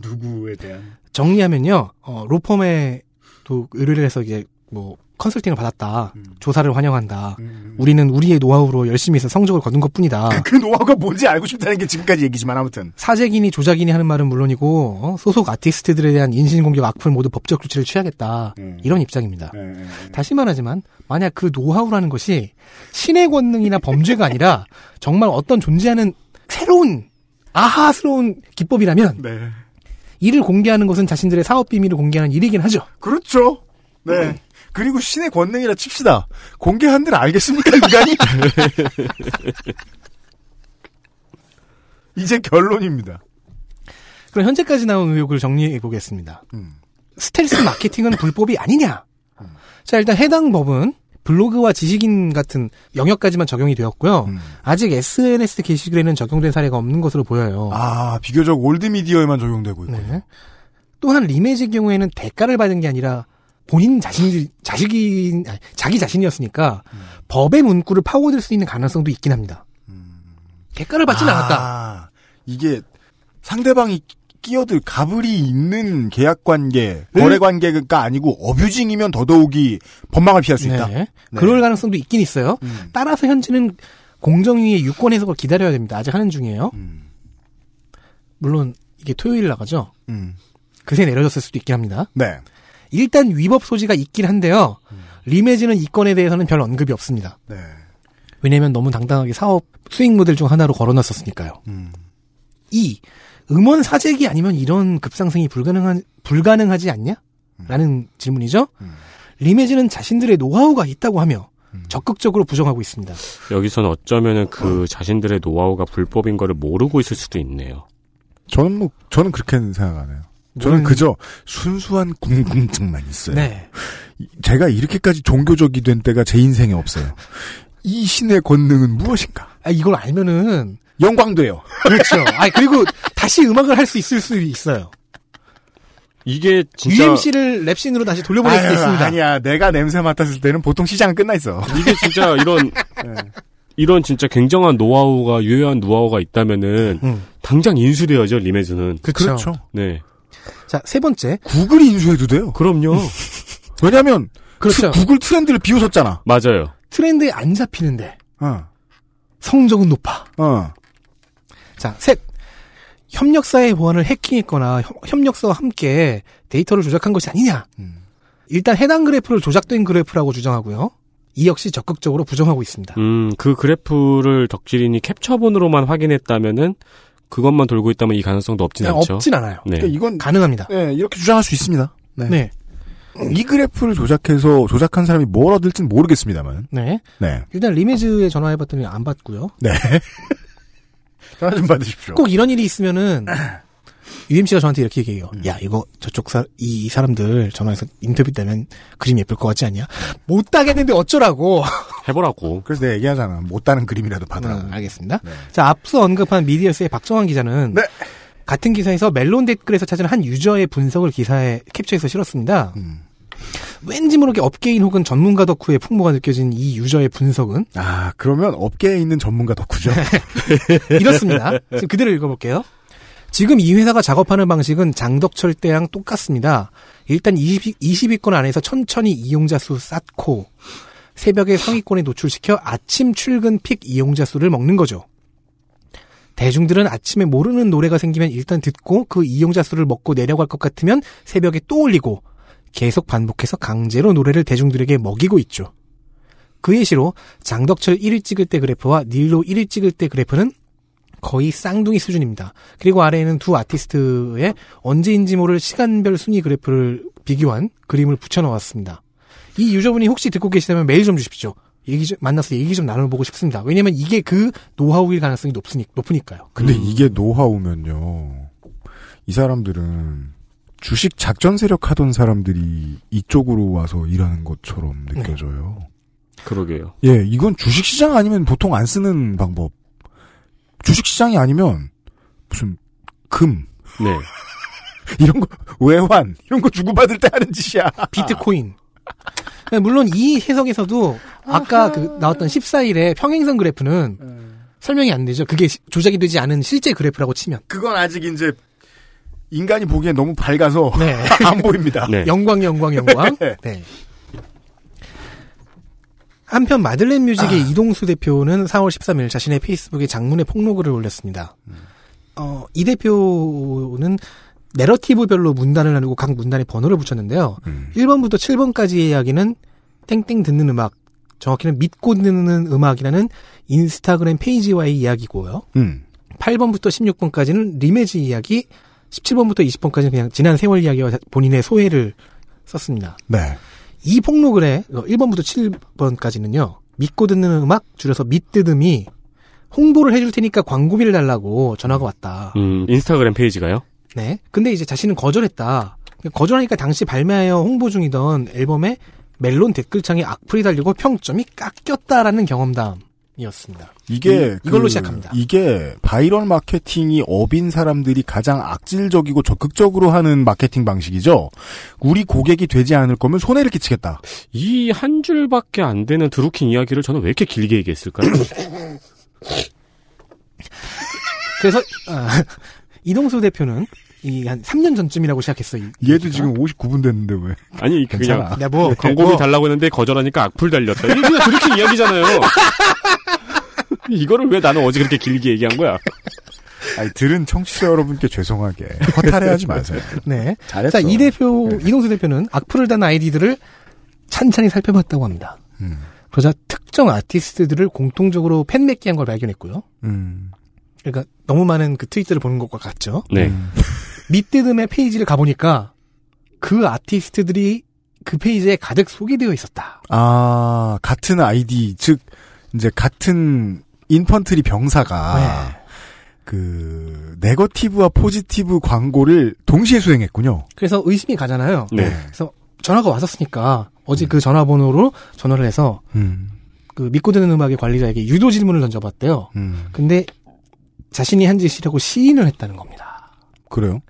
누구에 대한 정리하면요, 어, 로펌에 또 의뢰를 해서 이제 뭐 컨설팅을 받았다, 음. 조사를 환영한다. 우리는 우리의 노하우로 열심히 해서 성적을 거둔 것 뿐이다. 그 노하우가 뭔지 알고 싶다는 게 지금까지 얘기지만 아무튼 사재기니 조작이니 하는 말은 물론이고 어, 소속 아티스트들에 대한 인신공격 악플 모두 법적 조치를 취하겠다 음. 이런 입장입니다. 네. 다시 말하지만 만약 그 노하우라는 것이 신의 권능이나 범죄가 아니라 정말 어떤 존재하는 새로운 아하스러운 기법이라면 네. 이를 공개하는 것은 자신들의 사업 비밀을 공개하는 일이긴 하죠. 그렇죠. 음. 네. 그리고 신의 권능이라 칩시다. 공개한들 알겠습니까 인간이? *laughs* 이제 결론입니다. 그럼 현재까지 나온 의혹을 정리해 보겠습니다. 음. 스텔스 *coughs* 마케팅은 불법이 아니냐? 자, 일단 해당 법은 블로그와 지식인 같은 영역까지만 적용이 되었고요. 음. 아직 SNS 게시글에는 적용된 사례가 없는 것으로 보여요. 아 비교적 올드 미디어에만 적용되고 있고 네. 또한 리메이지의 경우에는 대가를 받은 게 아니라 본인 자신 자식인 아니, 자기 자신이었으니까 음. 법의 문구를 파고들 수 있는 가능성도 있긴 합니다. 대가를 받진 않았다. 음. 아, 이게 상대방이 끼어들 가불이 있는 계약 관계, 네. 거래 관계가 아니고 어뷰징이면 더더욱이 법망을 피할 수 있다. 네. 그럴 가능성도 있긴 있어요. 따라서 현재는 공정위의 유권 해석을 기다려야 됩니다. 아직 하는 중이에요. 물론 이게 토요일 나가죠. 음. 그새 내려졌을 수도 있긴 합니다. 네. 일단 위법 소지가 있긴 한데요. 리메지는 이 건에 대해서는 별 언급이 없습니다. 네. 왜냐면 너무 당당하게 사업 수익 모델 중 하나로 걸어놨었으니까요. 음. 2. 음원 사재기 아니면 이런 급상승이 불가능한, 불가능하지 않냐? 라는 질문이죠. 리메지는 자신들의 노하우가 있다고 하며 적극적으로 부정하고 있습니다. 여기선 어쩌면은 그 자신들의 노하우가 불법인 거를 모르고 있을 수도 있네요. 저는 뭐 저는 그렇게는 생각 안 해요. 저는 그저 순수한 궁금증만 있어요. 음. 네. 제가 이렇게까지 종교적이 된 때가 제 인생에 없어요. 이 신의 권능은 무엇인가? 아, 이걸 알면은 영광돼요. 그렇죠. 아 그리고 다시 음악을 할 수 있을 수 있어요. 이게 진짜 UMC를 랩신으로 다시 돌려보낼 수도 아유, 있습니다. *laughs* 아니야, 내가 냄새 맡았을 때는 보통 시장은 끝나 있어. 이게 진짜 이런 이런 진짜 굉장한 노하우가 유효한 노하우가 있다면은 음. 당장 인수돼야죠 리메즈는. 그쵸. 그렇죠. 네. 자, 세 번째. 구글이 인수해도 돼요. 그럼요. 왜냐면, 그렇죠. 트- 구글 트렌드를 비웃었잖아. *laughs* 맞아요. 트렌드에 안 잡히는데 어. 성적은 높아. 어. 네. 자, 셋. 협력사의 보안을 해킹했거나 협- 협력사와 함께 데이터를 조작한 것이 아니냐. 일단 해당 그래프를 조작된 그래프라고 주장하고요. 이 역시 적극적으로 부정하고 있습니다. 음, 그 그래프를 덕질인이 캡처본으로만 확인했다면은 그것만 돌고 있다면 이 가능성도 없진 그냥 않죠. 없진 않아요. 네. 그러니까 이건 가능합니다. 네, 이렇게 주장할 수 있습니다. 네. 네. 이 그래프를 조작해서 조작한 사람이 뭘 얻을지는 모르겠습니다만. 네. 네. 일단 리메즈에 전화해봤더니 안 받고요. 네. 전화 좀 받으십시오. 꼭 이런 일이 있으면은 UMC가 저한테 이렇게 얘기해요. 야 이거 저쪽 사, 이, 이 사람들 전화해서 인터뷰 때면 그림 예쁠 것 같지 않냐? 못 따겠는데 어쩌라고. 해보라고. 그래서 내가 얘기하잖아. 못다는 그림이라도 받으라고. 음, 알겠습니다. 자 앞서 언급한 미디어스의 박정환 기자는 같은 기사에서 멜론 댓글에서 찾은 한 유저의 분석을 기사에 캡처해서 실었습니다. 왠지 모르게 업계인 혹은 전문가 덕후의 풍모가 느껴진 이 유저의 분석은 아, 그러면 업계에 있는 전문가 덕후죠. *laughs* 이렇습니다. 지금 그대로 읽어볼게요. 지금 이 회사가 작업하는 방식은 장덕철 때랑 똑같습니다. 일단 20, 20위권 안에서 천천히 이용자 수 쌓고 새벽에 상위권에 노출시켜 아침 출근 픽 이용자 수를 먹는 거죠. 대중들은 아침에 모르는 노래가 생기면 일단 듣고 그 이용자 수를 먹고 내려갈 것 같으면 새벽에 또 올리고 계속 반복해서 강제로 노래를 대중들에게 먹이고 있죠. 그 예시로 장덕철 1위 찍을 때 그래프와 닐로 1위 찍을 때 그래프는 거의 쌍둥이 수준입니다. 그리고 아래에는 두 아티스트의 언제인지 모를 시간별 순위 그래프를 비교한 그림을 붙여넣었습니다. 이 유저분이 혹시 듣고 계시다면 메일 좀 주십시오. 얘기 좀- 만나서 얘기 좀 나눠보고 싶습니다. 왜냐면 이게 그 노하우일 가능성이 높으니, 높으니까요. 근데 이게 노하우면요. 이 사람들은 주식 작전 세력 하던 사람들이 이쪽으로 와서 일하는 것처럼 느껴져요. 그러게요. 예, 이건 주식 시장 아니면 보통 안 쓰는 방법. 주식 시장이 아니면 무슨 금 네. *laughs* 이런 거 외환 이런 거 주고받을 때 하는 짓이야. 비트코인. 네, 물론 이 해석에서도 아까 그 나왔던 14일의 평행선 그래프는 설명이 안 되죠. 그게 시- 조작이 되지 않은 실제 그래프라고 치면. 그건 아직 이제 인간이 보기엔 너무 *laughs* 밝아서 네. 안 보입니다. 네. *laughs* 영광, 영광, 영광. 네. 한편 마들렌 뮤직의 이동수 대표는 4월 13일 자신의 페이스북에 장문의 폭로글을 올렸습니다. 어, 이 대표는 내러티브별로 문단을 나누고 각 문단에 번호를 붙였는데요. 1번부터 7번까지의 이야기는 땡땡 듣는 음악, 정확히는 믿고 듣는 음악이라는 인스타그램 페이지와의 이야기고요. 음. 8번부터 16번까지는 리메지 이야기, 17번부터 20번까지는 그냥 지난 세월 이야기와 자- 본인의 소회를 썼습니다. 네. 이 폭로글에 1번부터 7번까지는요. 믿고 듣는 음악 줄여서 믿뜯음이 홍보를 해줄 테니까 광고비를 달라고 전화가 왔다. 음, 인스타그램 페이지가요? 네. 근데 이제 자신은 거절했다. 거절하니까 당시 발매하여 홍보 중이던 앨범에 멜론 댓글창에 악플이 달리고 평점이 깎였다라는 경험담이었습니다. 이게 이- 이걸로 그- 시작합니다. 이게 바이럴 마케팅이 업인 사람들이 가장 악질적이고 적극적으로 하는 마케팅 방식이죠. 우리 고객이 되지 않을 거면 손해를 끼치겠다. 이 한 줄밖에 안 되는 드루킹 이야기를 저는 왜 이렇게 길게 *coughs* 얘기했을까요? 그래서 아, *laughs* 이동수 대표는 이 한 3년 전쯤이라고 시작했어요. 이- 얘도 지금 59분 됐는데 왜? 아니 이게 괜찮아. 그냥 네, 뭐 광고비 뭐, 달라고 했는데 거절하니까 악플 달렸다. 이게 그냥 드루킹 이야기잖아요. *laughs* 이거를 왜 나는 어제 그렇게 길게 얘기한 거야? 아니, 들은 청취자 여러분께 죄송하게 허탈해하지 마세요. 네. *laughs* 잘했어. 자, 이 대표 이동수 대표는 악플을 단 아이디들을 찬찬히 살펴봤다고 합니다. 음. 그러자 특정 아티스트들을 공통적으로 팬 맺기한 걸 발견했고요. 음. 그러니까 너무 많은 그 트윗들을 보는 것과 같죠. 네. 밑뜯음의 페이지를 가보니까 그 아티스트들이 그 페이지에 가득 소개되어 있었다. 아 같은 아이디 즉 이제 같은 인펀트리 병사가 네. 그 네거티브와 포지티브 광고를 동시에 수행했군요. 그래서 의심이 가잖아요. 네. 그래서 전화가 왔었으니까 어제 그 전화번호로 전화를 해서 음. 그 믿고 듣는 음악의 관리자에게 유도 질문을 던져봤대요. 음. 근데 자신이 한 짓이라고 시인을 했다는 겁니다. 그래요?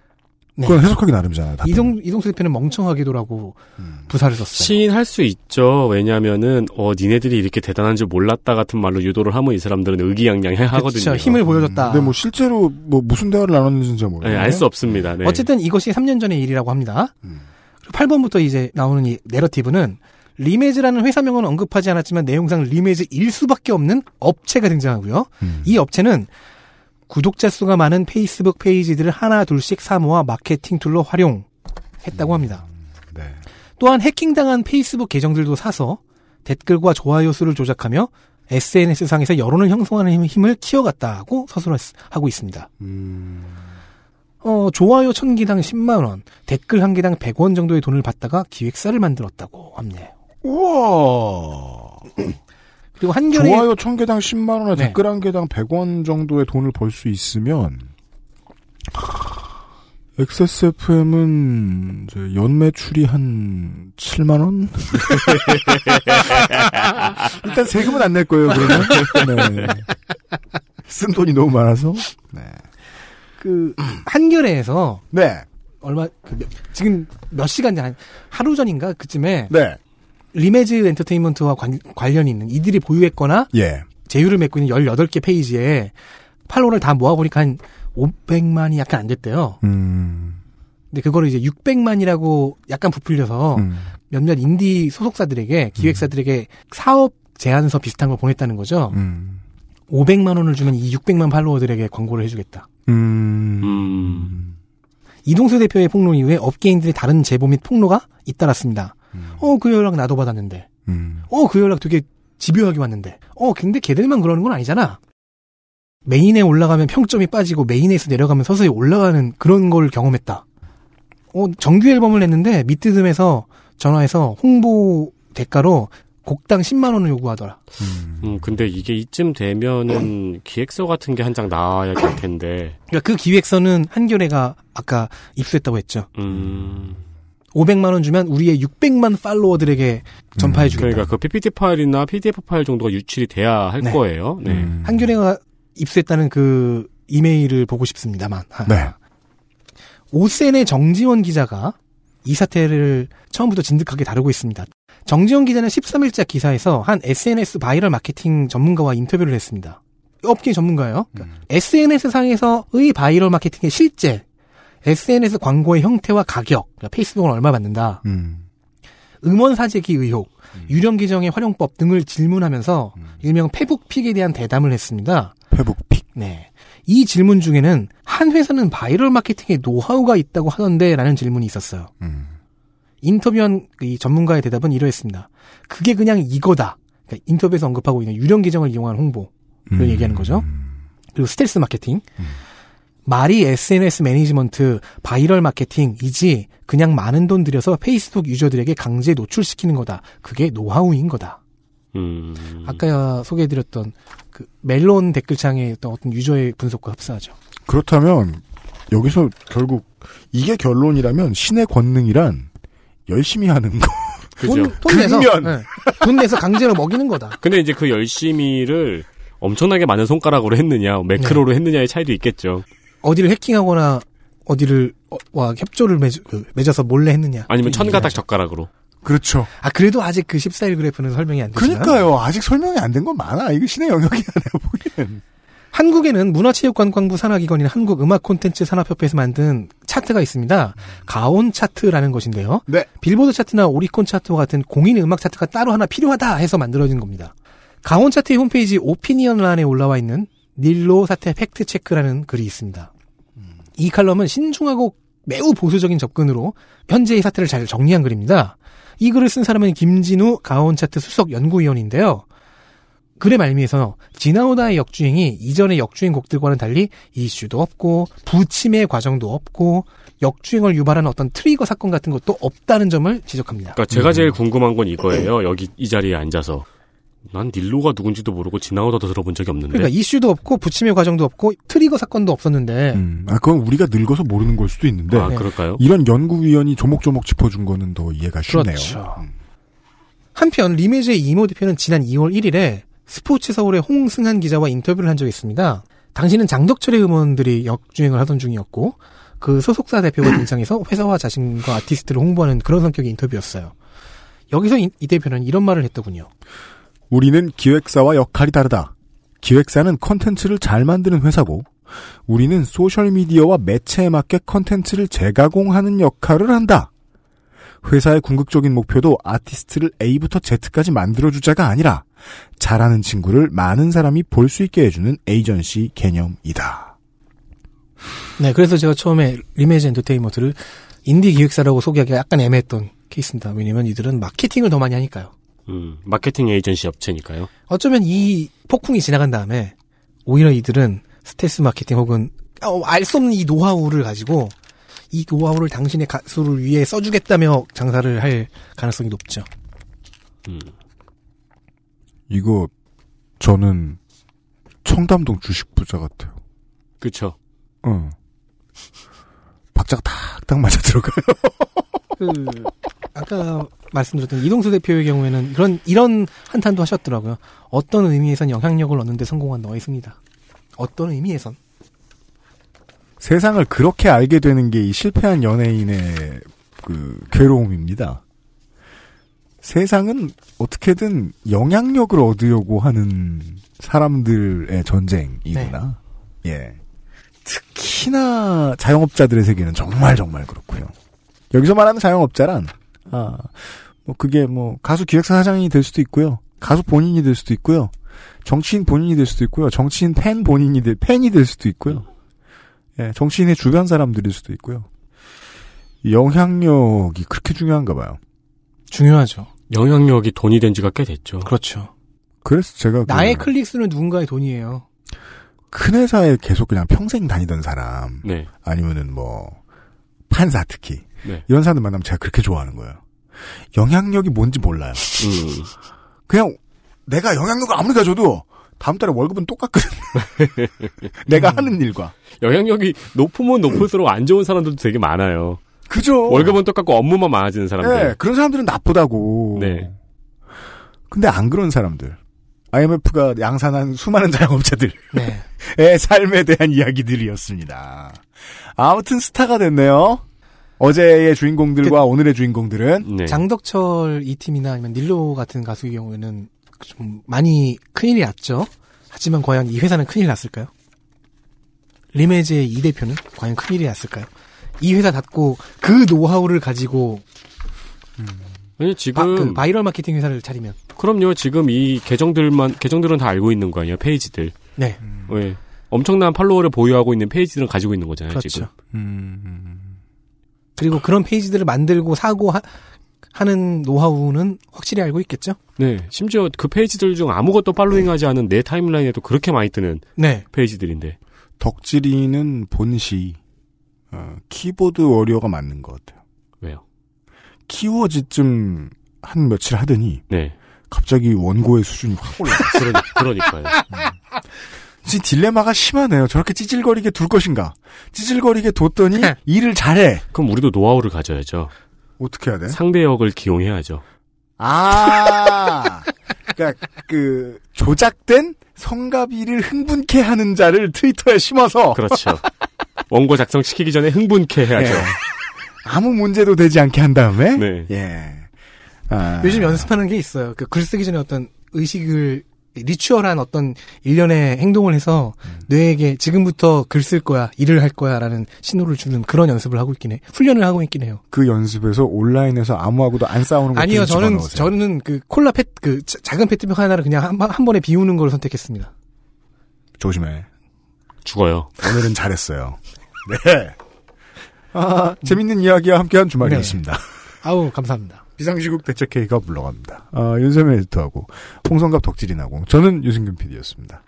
그건 해석하기 네. 나름이잖아요. 답변. 이동 이동수 대표는 멍청하기도라고 음. 부사를 썼어요. 시인할 수 있죠. 왜냐하면은 어 니네들이 이렇게 대단한 줄 몰랐다 같은 말로 유도를 하면 이 사람들은 의기양양해 하거든요. 그쵸, 힘을 보여줬다. 근데 뭐 실제로 뭐 무슨 대화를 나눴는지 잘 네, 모르겠어요. 알수 없습니다. 네. 어쨌든 이것이 3년 전의 일이라고 합니다. 그리고 8번부터 이제 나오는 이 내러티브는 리메즈라는 회사명은 언급하지 않았지만 내용상 리메즈일 수밖에 없는 업체가 등장하고요. 이 업체는 구독자 수가 많은 페이스북 페이지들을 하나 둘씩 사모아 마케팅 툴로 활용했다고 합니다. 네. 또한 해킹당한 페이스북 계정들도 사서 댓글과 좋아요 수를 조작하며 SNS상에서 여론을 형성하는 힘- 힘을 키워갔다고 서술하고 있습니다. 음. 어, 좋아요 1000개당 10만원, 댓글 한개당 100원 정도의 돈을 받다가 기획사를 만들었다고 합니다. 우와. 그리고 한겨레 좋아요 1000개당 10만원에 네. 댓글 한 개당 100원 정도의 돈을 벌 수 있으면, XSFM은 연매출이 한 7만원? *laughs* 일단 세금은 안 낼 거예요, 그러면. 네. 쓴 돈이 너무 많아서. 그 한겨레에서 네. 얼마 그 몇- 지금 몇 시간 전 하루 전인가 그쯤에 네. 리메즈 엔터테인먼트와 관, 관련이 있는 이들이 보유했거나 예. 제휴를 맺고 있는 18개 페이지에 팔로를 다 모아보니까 한 500만이 약간 안 됐대요. 음. 근데 그거를 이제 600만이라고 약간 어. 부풀려서 음. 몇몇 인디 소속사들에게 기획사들에게 사업 제안서 비슷한 걸 보냈다는 거죠. 음. 500만 원을 주면 이 600만 팔로워들에게 광고를 해주겠다. 음. 이동수 대표의 폭로 이후에 업계인들의 다른 제보 및 폭로가 잇따랐습니다. 어, 그 연락 나도 받았는데. 음. 어, 그 연락 되게 집요하게 왔는데. 어, 근데 걔들만 그러는 건 아니잖아. 메인에 올라가면 평점이 빠지고 메인에서 내려가면 서서히 올라가는 그런 걸 경험했다. 어, 정규 앨범을 냈는데 미트듬에서 전화해서 홍보 대가로 곡당 10만 원을 요구하더라. 음, 근데 이게 이쯤 음. 되면은 기획서 같은 게 한 장 나와야 될 텐데. 그러니까 그 기획서는 한겨레가 아까 입수했다고 했죠. 음. 500만 원 주면 우리의 600만 팔로워들에게 전파해 주겠다. 그러니까 그 PPT 파일이나 PDF 파일 정도가 유출이 돼야 할 네. 거예요. 네. 음. 한겨레가 입수했다는 그 이메일을 보고 싶습니다만. 아. 네. 오센의 정지원 기자가 이 사태를 처음부터 진득하게 다루고 있습니다. 정지원 기자는 13일자 기사에서 한 SNS 바이럴 마케팅 전문가와 인터뷰를 했습니다. 업계 전문가예요. 그러니까 SNS상에서의 바이럴 마케팅의 실제, SNS 광고의 형태와 가격, 그러니까 페이스북은 얼마 받는다, 음. 음원 사재기 의혹, 유령 계정의 활용법 등을 질문하면서 일명 페북픽에 대한 대담을 했습니다. 페북픽. 네. 이 질문 중에는 한 회사는 바이럴 마케팅에 노하우가 있다고 하던데라는 질문이 있었어요. 인터뷰한 이 전문가의 대답은 이러했습니다. 그게 그냥 이거다. 그러니까 인터뷰에서 언급하고 있는 유령 계정을 이용한 홍보를 얘기하는 거죠. 그리고 스텔스 마케팅. 말이 SNS 매니지먼트, 바이럴 마케팅이지 그냥 많은 돈 들여서 페이스북 유저들에게 강제 노출시키는 거다. 그게 노하우인 거다. 음. 아까 소개해드렸던 그 멜론 댓글창에 어떤 어떤 유저의 분석과 흡사하죠. 그렇다면 여기서 결국 이게 결론이라면 신의 권능이란 열심히 하는 거. 돈, 돈 내서 극면. 네. 돈 내서 강제로 먹이는 거다. 근데 이제 그 열심히를 엄청나게 많은 손가락으로 했느냐, 뭐 네. 매크로로 했느냐의 차이도 있겠죠. 어디를 해킹하거나 어디를 어, 와 협조를 맺, 어서 몰래 했느냐. 아니면 천가닥 젓가락으로. 그렇죠. 아 그래도 아직 그 14일 그래프는 설명이 안 되지만. 그러니까요. 아직 설명이 안 된 건 많아. 이거 신의 영역이야, 내가 보기엔. 한국에는 문화체육관광부 산하기관인 한국음악콘텐츠산업협회에서 만든 차트가 있습니다. 가온 차트라는 것인데요. 네. 빌보드 차트나 오리콘 차트와 같은 공인 음악 차트가 따로 하나 필요하다 해서 만들어진 겁니다. 가온 차트의 홈페이지 오피니언 란에 올라와 있는 닐로 사태 팩트 체크라는 글이 있습니다. 이 칼럼은 신중하고 매우 보수적인 접근으로 현재의 사태를 잘 정리한 글입니다. 이 글을 쓴 사람은 김진우 가온 차트 수석 연구위원인데요. 글의 말미에서 지나오다의 역주행이 이전의 역주행 곡들과는 달리 이슈도 없고 부침의 과정도 없고 역주행을 유발하는 어떤 트리거 사건 같은 것도 없다는 점을 지적합니다. 그러니까 제가 제일 궁금한 건 네. 이거예요. 여기 이 자리에 앉아서 난 닐로가 누군지도 모르고 지나오다도 들어본 적이 없는데. 그러니까 이슈도 없고 부침의 과정도 없고 트리거 사건도 없었는데 아, 그건 우리가 늙어서 모르는 걸 수도 있는데. 네. 아, 그럴까요? 이런 연구위원이 조목조목 짚어준 거는 더 이해가 쉽네요. 그렇죠. 한편 리메즈의 이모 대표는 지난 2월 1일에 스포츠 서울의 홍승한 기자와 인터뷰를 한 적이 있습니다. 당시는 장덕철의 음원들이 역주행을 하던 중이었고 그 소속사 *clears throat* 대표가 등장해서 회사와 자신과 아티스트를 홍보하는 그런 성격의 인터뷰였어요. 여기서 이, 이 대표는 이런 말을 했더군요. 우리는 기획사와 역할이 다르다. 기획사는 컨텐츠를 잘 만드는 회사고, 우리는 소셜미디어와 매체에 맞게 컨텐츠를 재가공하는 역할을 한다. 회사의 궁극적인 목표도 아티스트를 A부터 Z까지 만들어주자가 아니라, 잘하는 친구를 많은 사람이 볼 수 있게 해주는 에이전시 개념이다. 네, 그래서 제가 처음에 리메이지 엔터테인먼트를 인디 기획사라고 소개하기가 약간 애매했던 케이스입니다. 왜냐면 이들은 마케팅을 더 많이 하니까요. 음, 마케팅 에이전시 업체니까요. 어쩌면 이 폭풍이 지나간 다음에 오히려 이들은 스텔스 마케팅 혹은 어, 알 수 없는 이 노하우를 가지고 이 노하우를 당신의 가수를 위해 써주겠다며 장사를 할 가능성이 높죠. 음. 이거, 저는, 청담동 주식 부자 같아요. 그쵸. 응. 박자가 탁탁 맞아 들어가요. 그 아까 말씀드렸던 이동수 대표의 경우에는 이런 이런 한탄도 하셨더라고요. 어떤 의미에선 영향력을 얻는데 성공한 너의 승리다. 어떤 의미에선 세상을 그렇게 알게 되는 게 이 실패한 연예인의 그 괴로움입니다. 세상은 어떻게든 영향력을 얻으려고 하는 사람들의 전쟁이구나. 예. 특히나 자영업자들의 세계는 정말 정말 그렇고요. 여기서 말하는 자영업자란 아, 뭐 그게 뭐 가수 기획사 사장이 될 수도 있고요. 가수 본인이 될 수도 있고요. 정치인 본인이 될 수도 있고요. 정치인 팬 본인이 될 팬이 될 수도 있고요. 예, 정치인의 주변 사람들일 수도 있고요. 영향력이 그렇게 중요한가 봐요. 중요하죠. 영향력이 돈이 된 지가 꽤 됐죠. 그렇죠. 그래서 제가 그 나의 클릭수는 누군가의 돈이에요. *laughs* 큰 회사에 계속 그냥 평생 다니던 사람 네. 아니면은 뭐 판사 특히 네. 이런 사람들 만나면 제가 그렇게 좋아하는 거예요. 영향력이 뭔지 몰라요. 음. 그냥 내가 영향력을 아무리 가져도 다음 달에 월급은 *laughs* 똑같거든. 내가 하는 일과 영향력이 높으면 높을수록 안 좋은 사람들도 되게 많아요. 그죠. 월급은 똑같고 업무만 많아지는 예, 사람들. 그런 사람들은 나쁘다고. 네. 근데 안 그런 사람들. IMF가 양산한 수많은 자영업자들의 네. 삶에 대한 이야기들이었습니다. 아무튼 스타가 됐네요. 어제의 주인공들과 오늘의 주인공들은 네. 장덕철 이 팀이나 아니면 닐로 같은 가수의 경우에는 좀 많이 큰일이 났죠. 하지만 과연 이 회사는 큰일 났을까요? 리메즈의 이 대표는 과연 큰일이 났을까요? 이 회사 닫고 그 노하우를 가지고 아니 바, 그 지금 바이럴 마케팅 회사를 차리면 그, 럼요 지금 이 계정들만 계정들은 다 알고 있는 거 아니에요 페이지들. 네 예. 엄청난 팔로워를 보유하고 있는 페이지들은 가지고 있는 거잖아요 그렇죠. 지금. 그리고 그런 페이지들을 만들고 사고 하, 하는 노하우는 확실히 알고 있겠죠. 네. 심지어 그 페이지들 중 아무것도 팔로잉하지 않은 내 타임라인에도 그렇게 많이 뜨는 네 페이지들인데. 덕질이는 본시 어, 키보드 워리어가 맞는 것 같아요. 왜요? 키워즈쯤 한 며칠 하더니 네. 갑자기 원고의 수준이 확 올라. 그러니, 그러니까요. 지금 딜레마가 심하네요. 저렇게 찌질거리게 둘 것인가? 찌질거리게 뒀더니 일을 잘해. 그럼 우리도 노하우를 가져야죠. 어떻게 해야 돼? 상대 역을 기용해야죠. 아, 그러니까 그 조작된 성가비를 흥분케 하는 자를 트위터에 심어서 그렇죠. 원고 작성시키기 전에 흥분케 해야죠. 예. 아무 문제도 되지 않게 한 다음에 네. 예. 아, 요즘 연습하는 게 있어요. 그 글 쓰기 전에 어떤 의식을 리추얼한 어떤 일련의 행동을 해서 뇌에게 지금부터 글 쓸 거야, 일을 할 거야라는 신호를 주는 그런 연습을 하고 있긴 해. 훈련을 하고 있긴 해요. 그 연습에서 온라인에서 아무하고도 안 싸우는 것들 아니요, 저는 집어넣으세요. 저는 그 콜라 페트 그 자- 작은 페트병 하나를 그냥 한, 번- 한 번에 비우는 걸 선택했습니다. 조심해. 죽어요. 오늘은 잘했어요. 네. 아, 재밌는 이야기와 함께한 네. 주말이었습니다. 아우 감사합니다. 비상시국 대책회의가 물러갑니다. 아, 윤세민 에디터하고 홍성갑 덕질이 나고 저는 유승균 PD였습니다.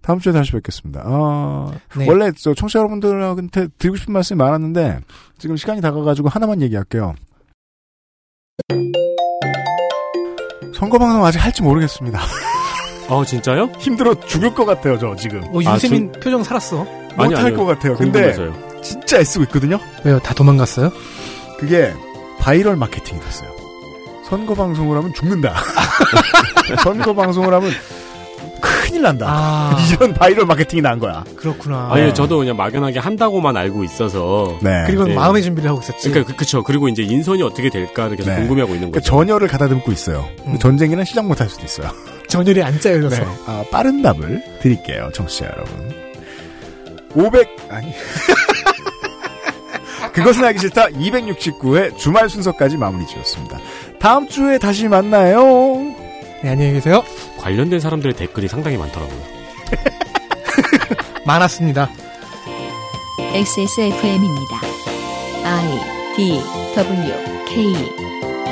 다음 주에 다시 뵙겠습니다. 아, 네. 원래 저 청취자 여러분들한테 드리고 싶은 말씀이 많았는데 지금 시간이 다가가지고 하나만 얘기할게요. 선거 방송 아직 할지 모르겠습니다. *laughs* 아, 진짜요? 힘들어 죽을 것 같아요, 저 지금. 어, 아, 윤세민 표정 살았어. 아니, 못할 아니요. 것 같아요. 네, 근데 궁금해서요. 진짜 애쓰고 있거든요. 왜요? 다 도망갔어요? 그게 바이럴 마케팅이 됐어요. *laughs* 선거 방송을 하면 죽는다. 선거 방송을 하면 큰일 난다. 아. *laughs* 이런 바이럴 마케팅이 난 거야. 그렇구나. 아예 저도 그냥 막연하게 한다고만 알고 있어서 네. 그리고 마음의 준비를 하고 있었지. 그러니까 그- 그쵸. 그리고 이제 인선이 어떻게 될까를 계속 네. 궁금해하고 있는 그러니까 거죠. 전열을 가다듬고 있어요. 전쟁이랑 시작 못할 수도 있어요. 전열이 안 짜여져서. 아, 빠른 답을 드릴게요, 청취자 여러분. 500 아니. *laughs* 그것은 알기 싫다 269회 주말 순서까지 마무리 지었습니다. 다음 주에 다시 만나요. 네, 안녕히 계세요. 관련된 사람들의 댓글이 상당히 많더라고요. 많았습니다. XSFM입니다. I D W K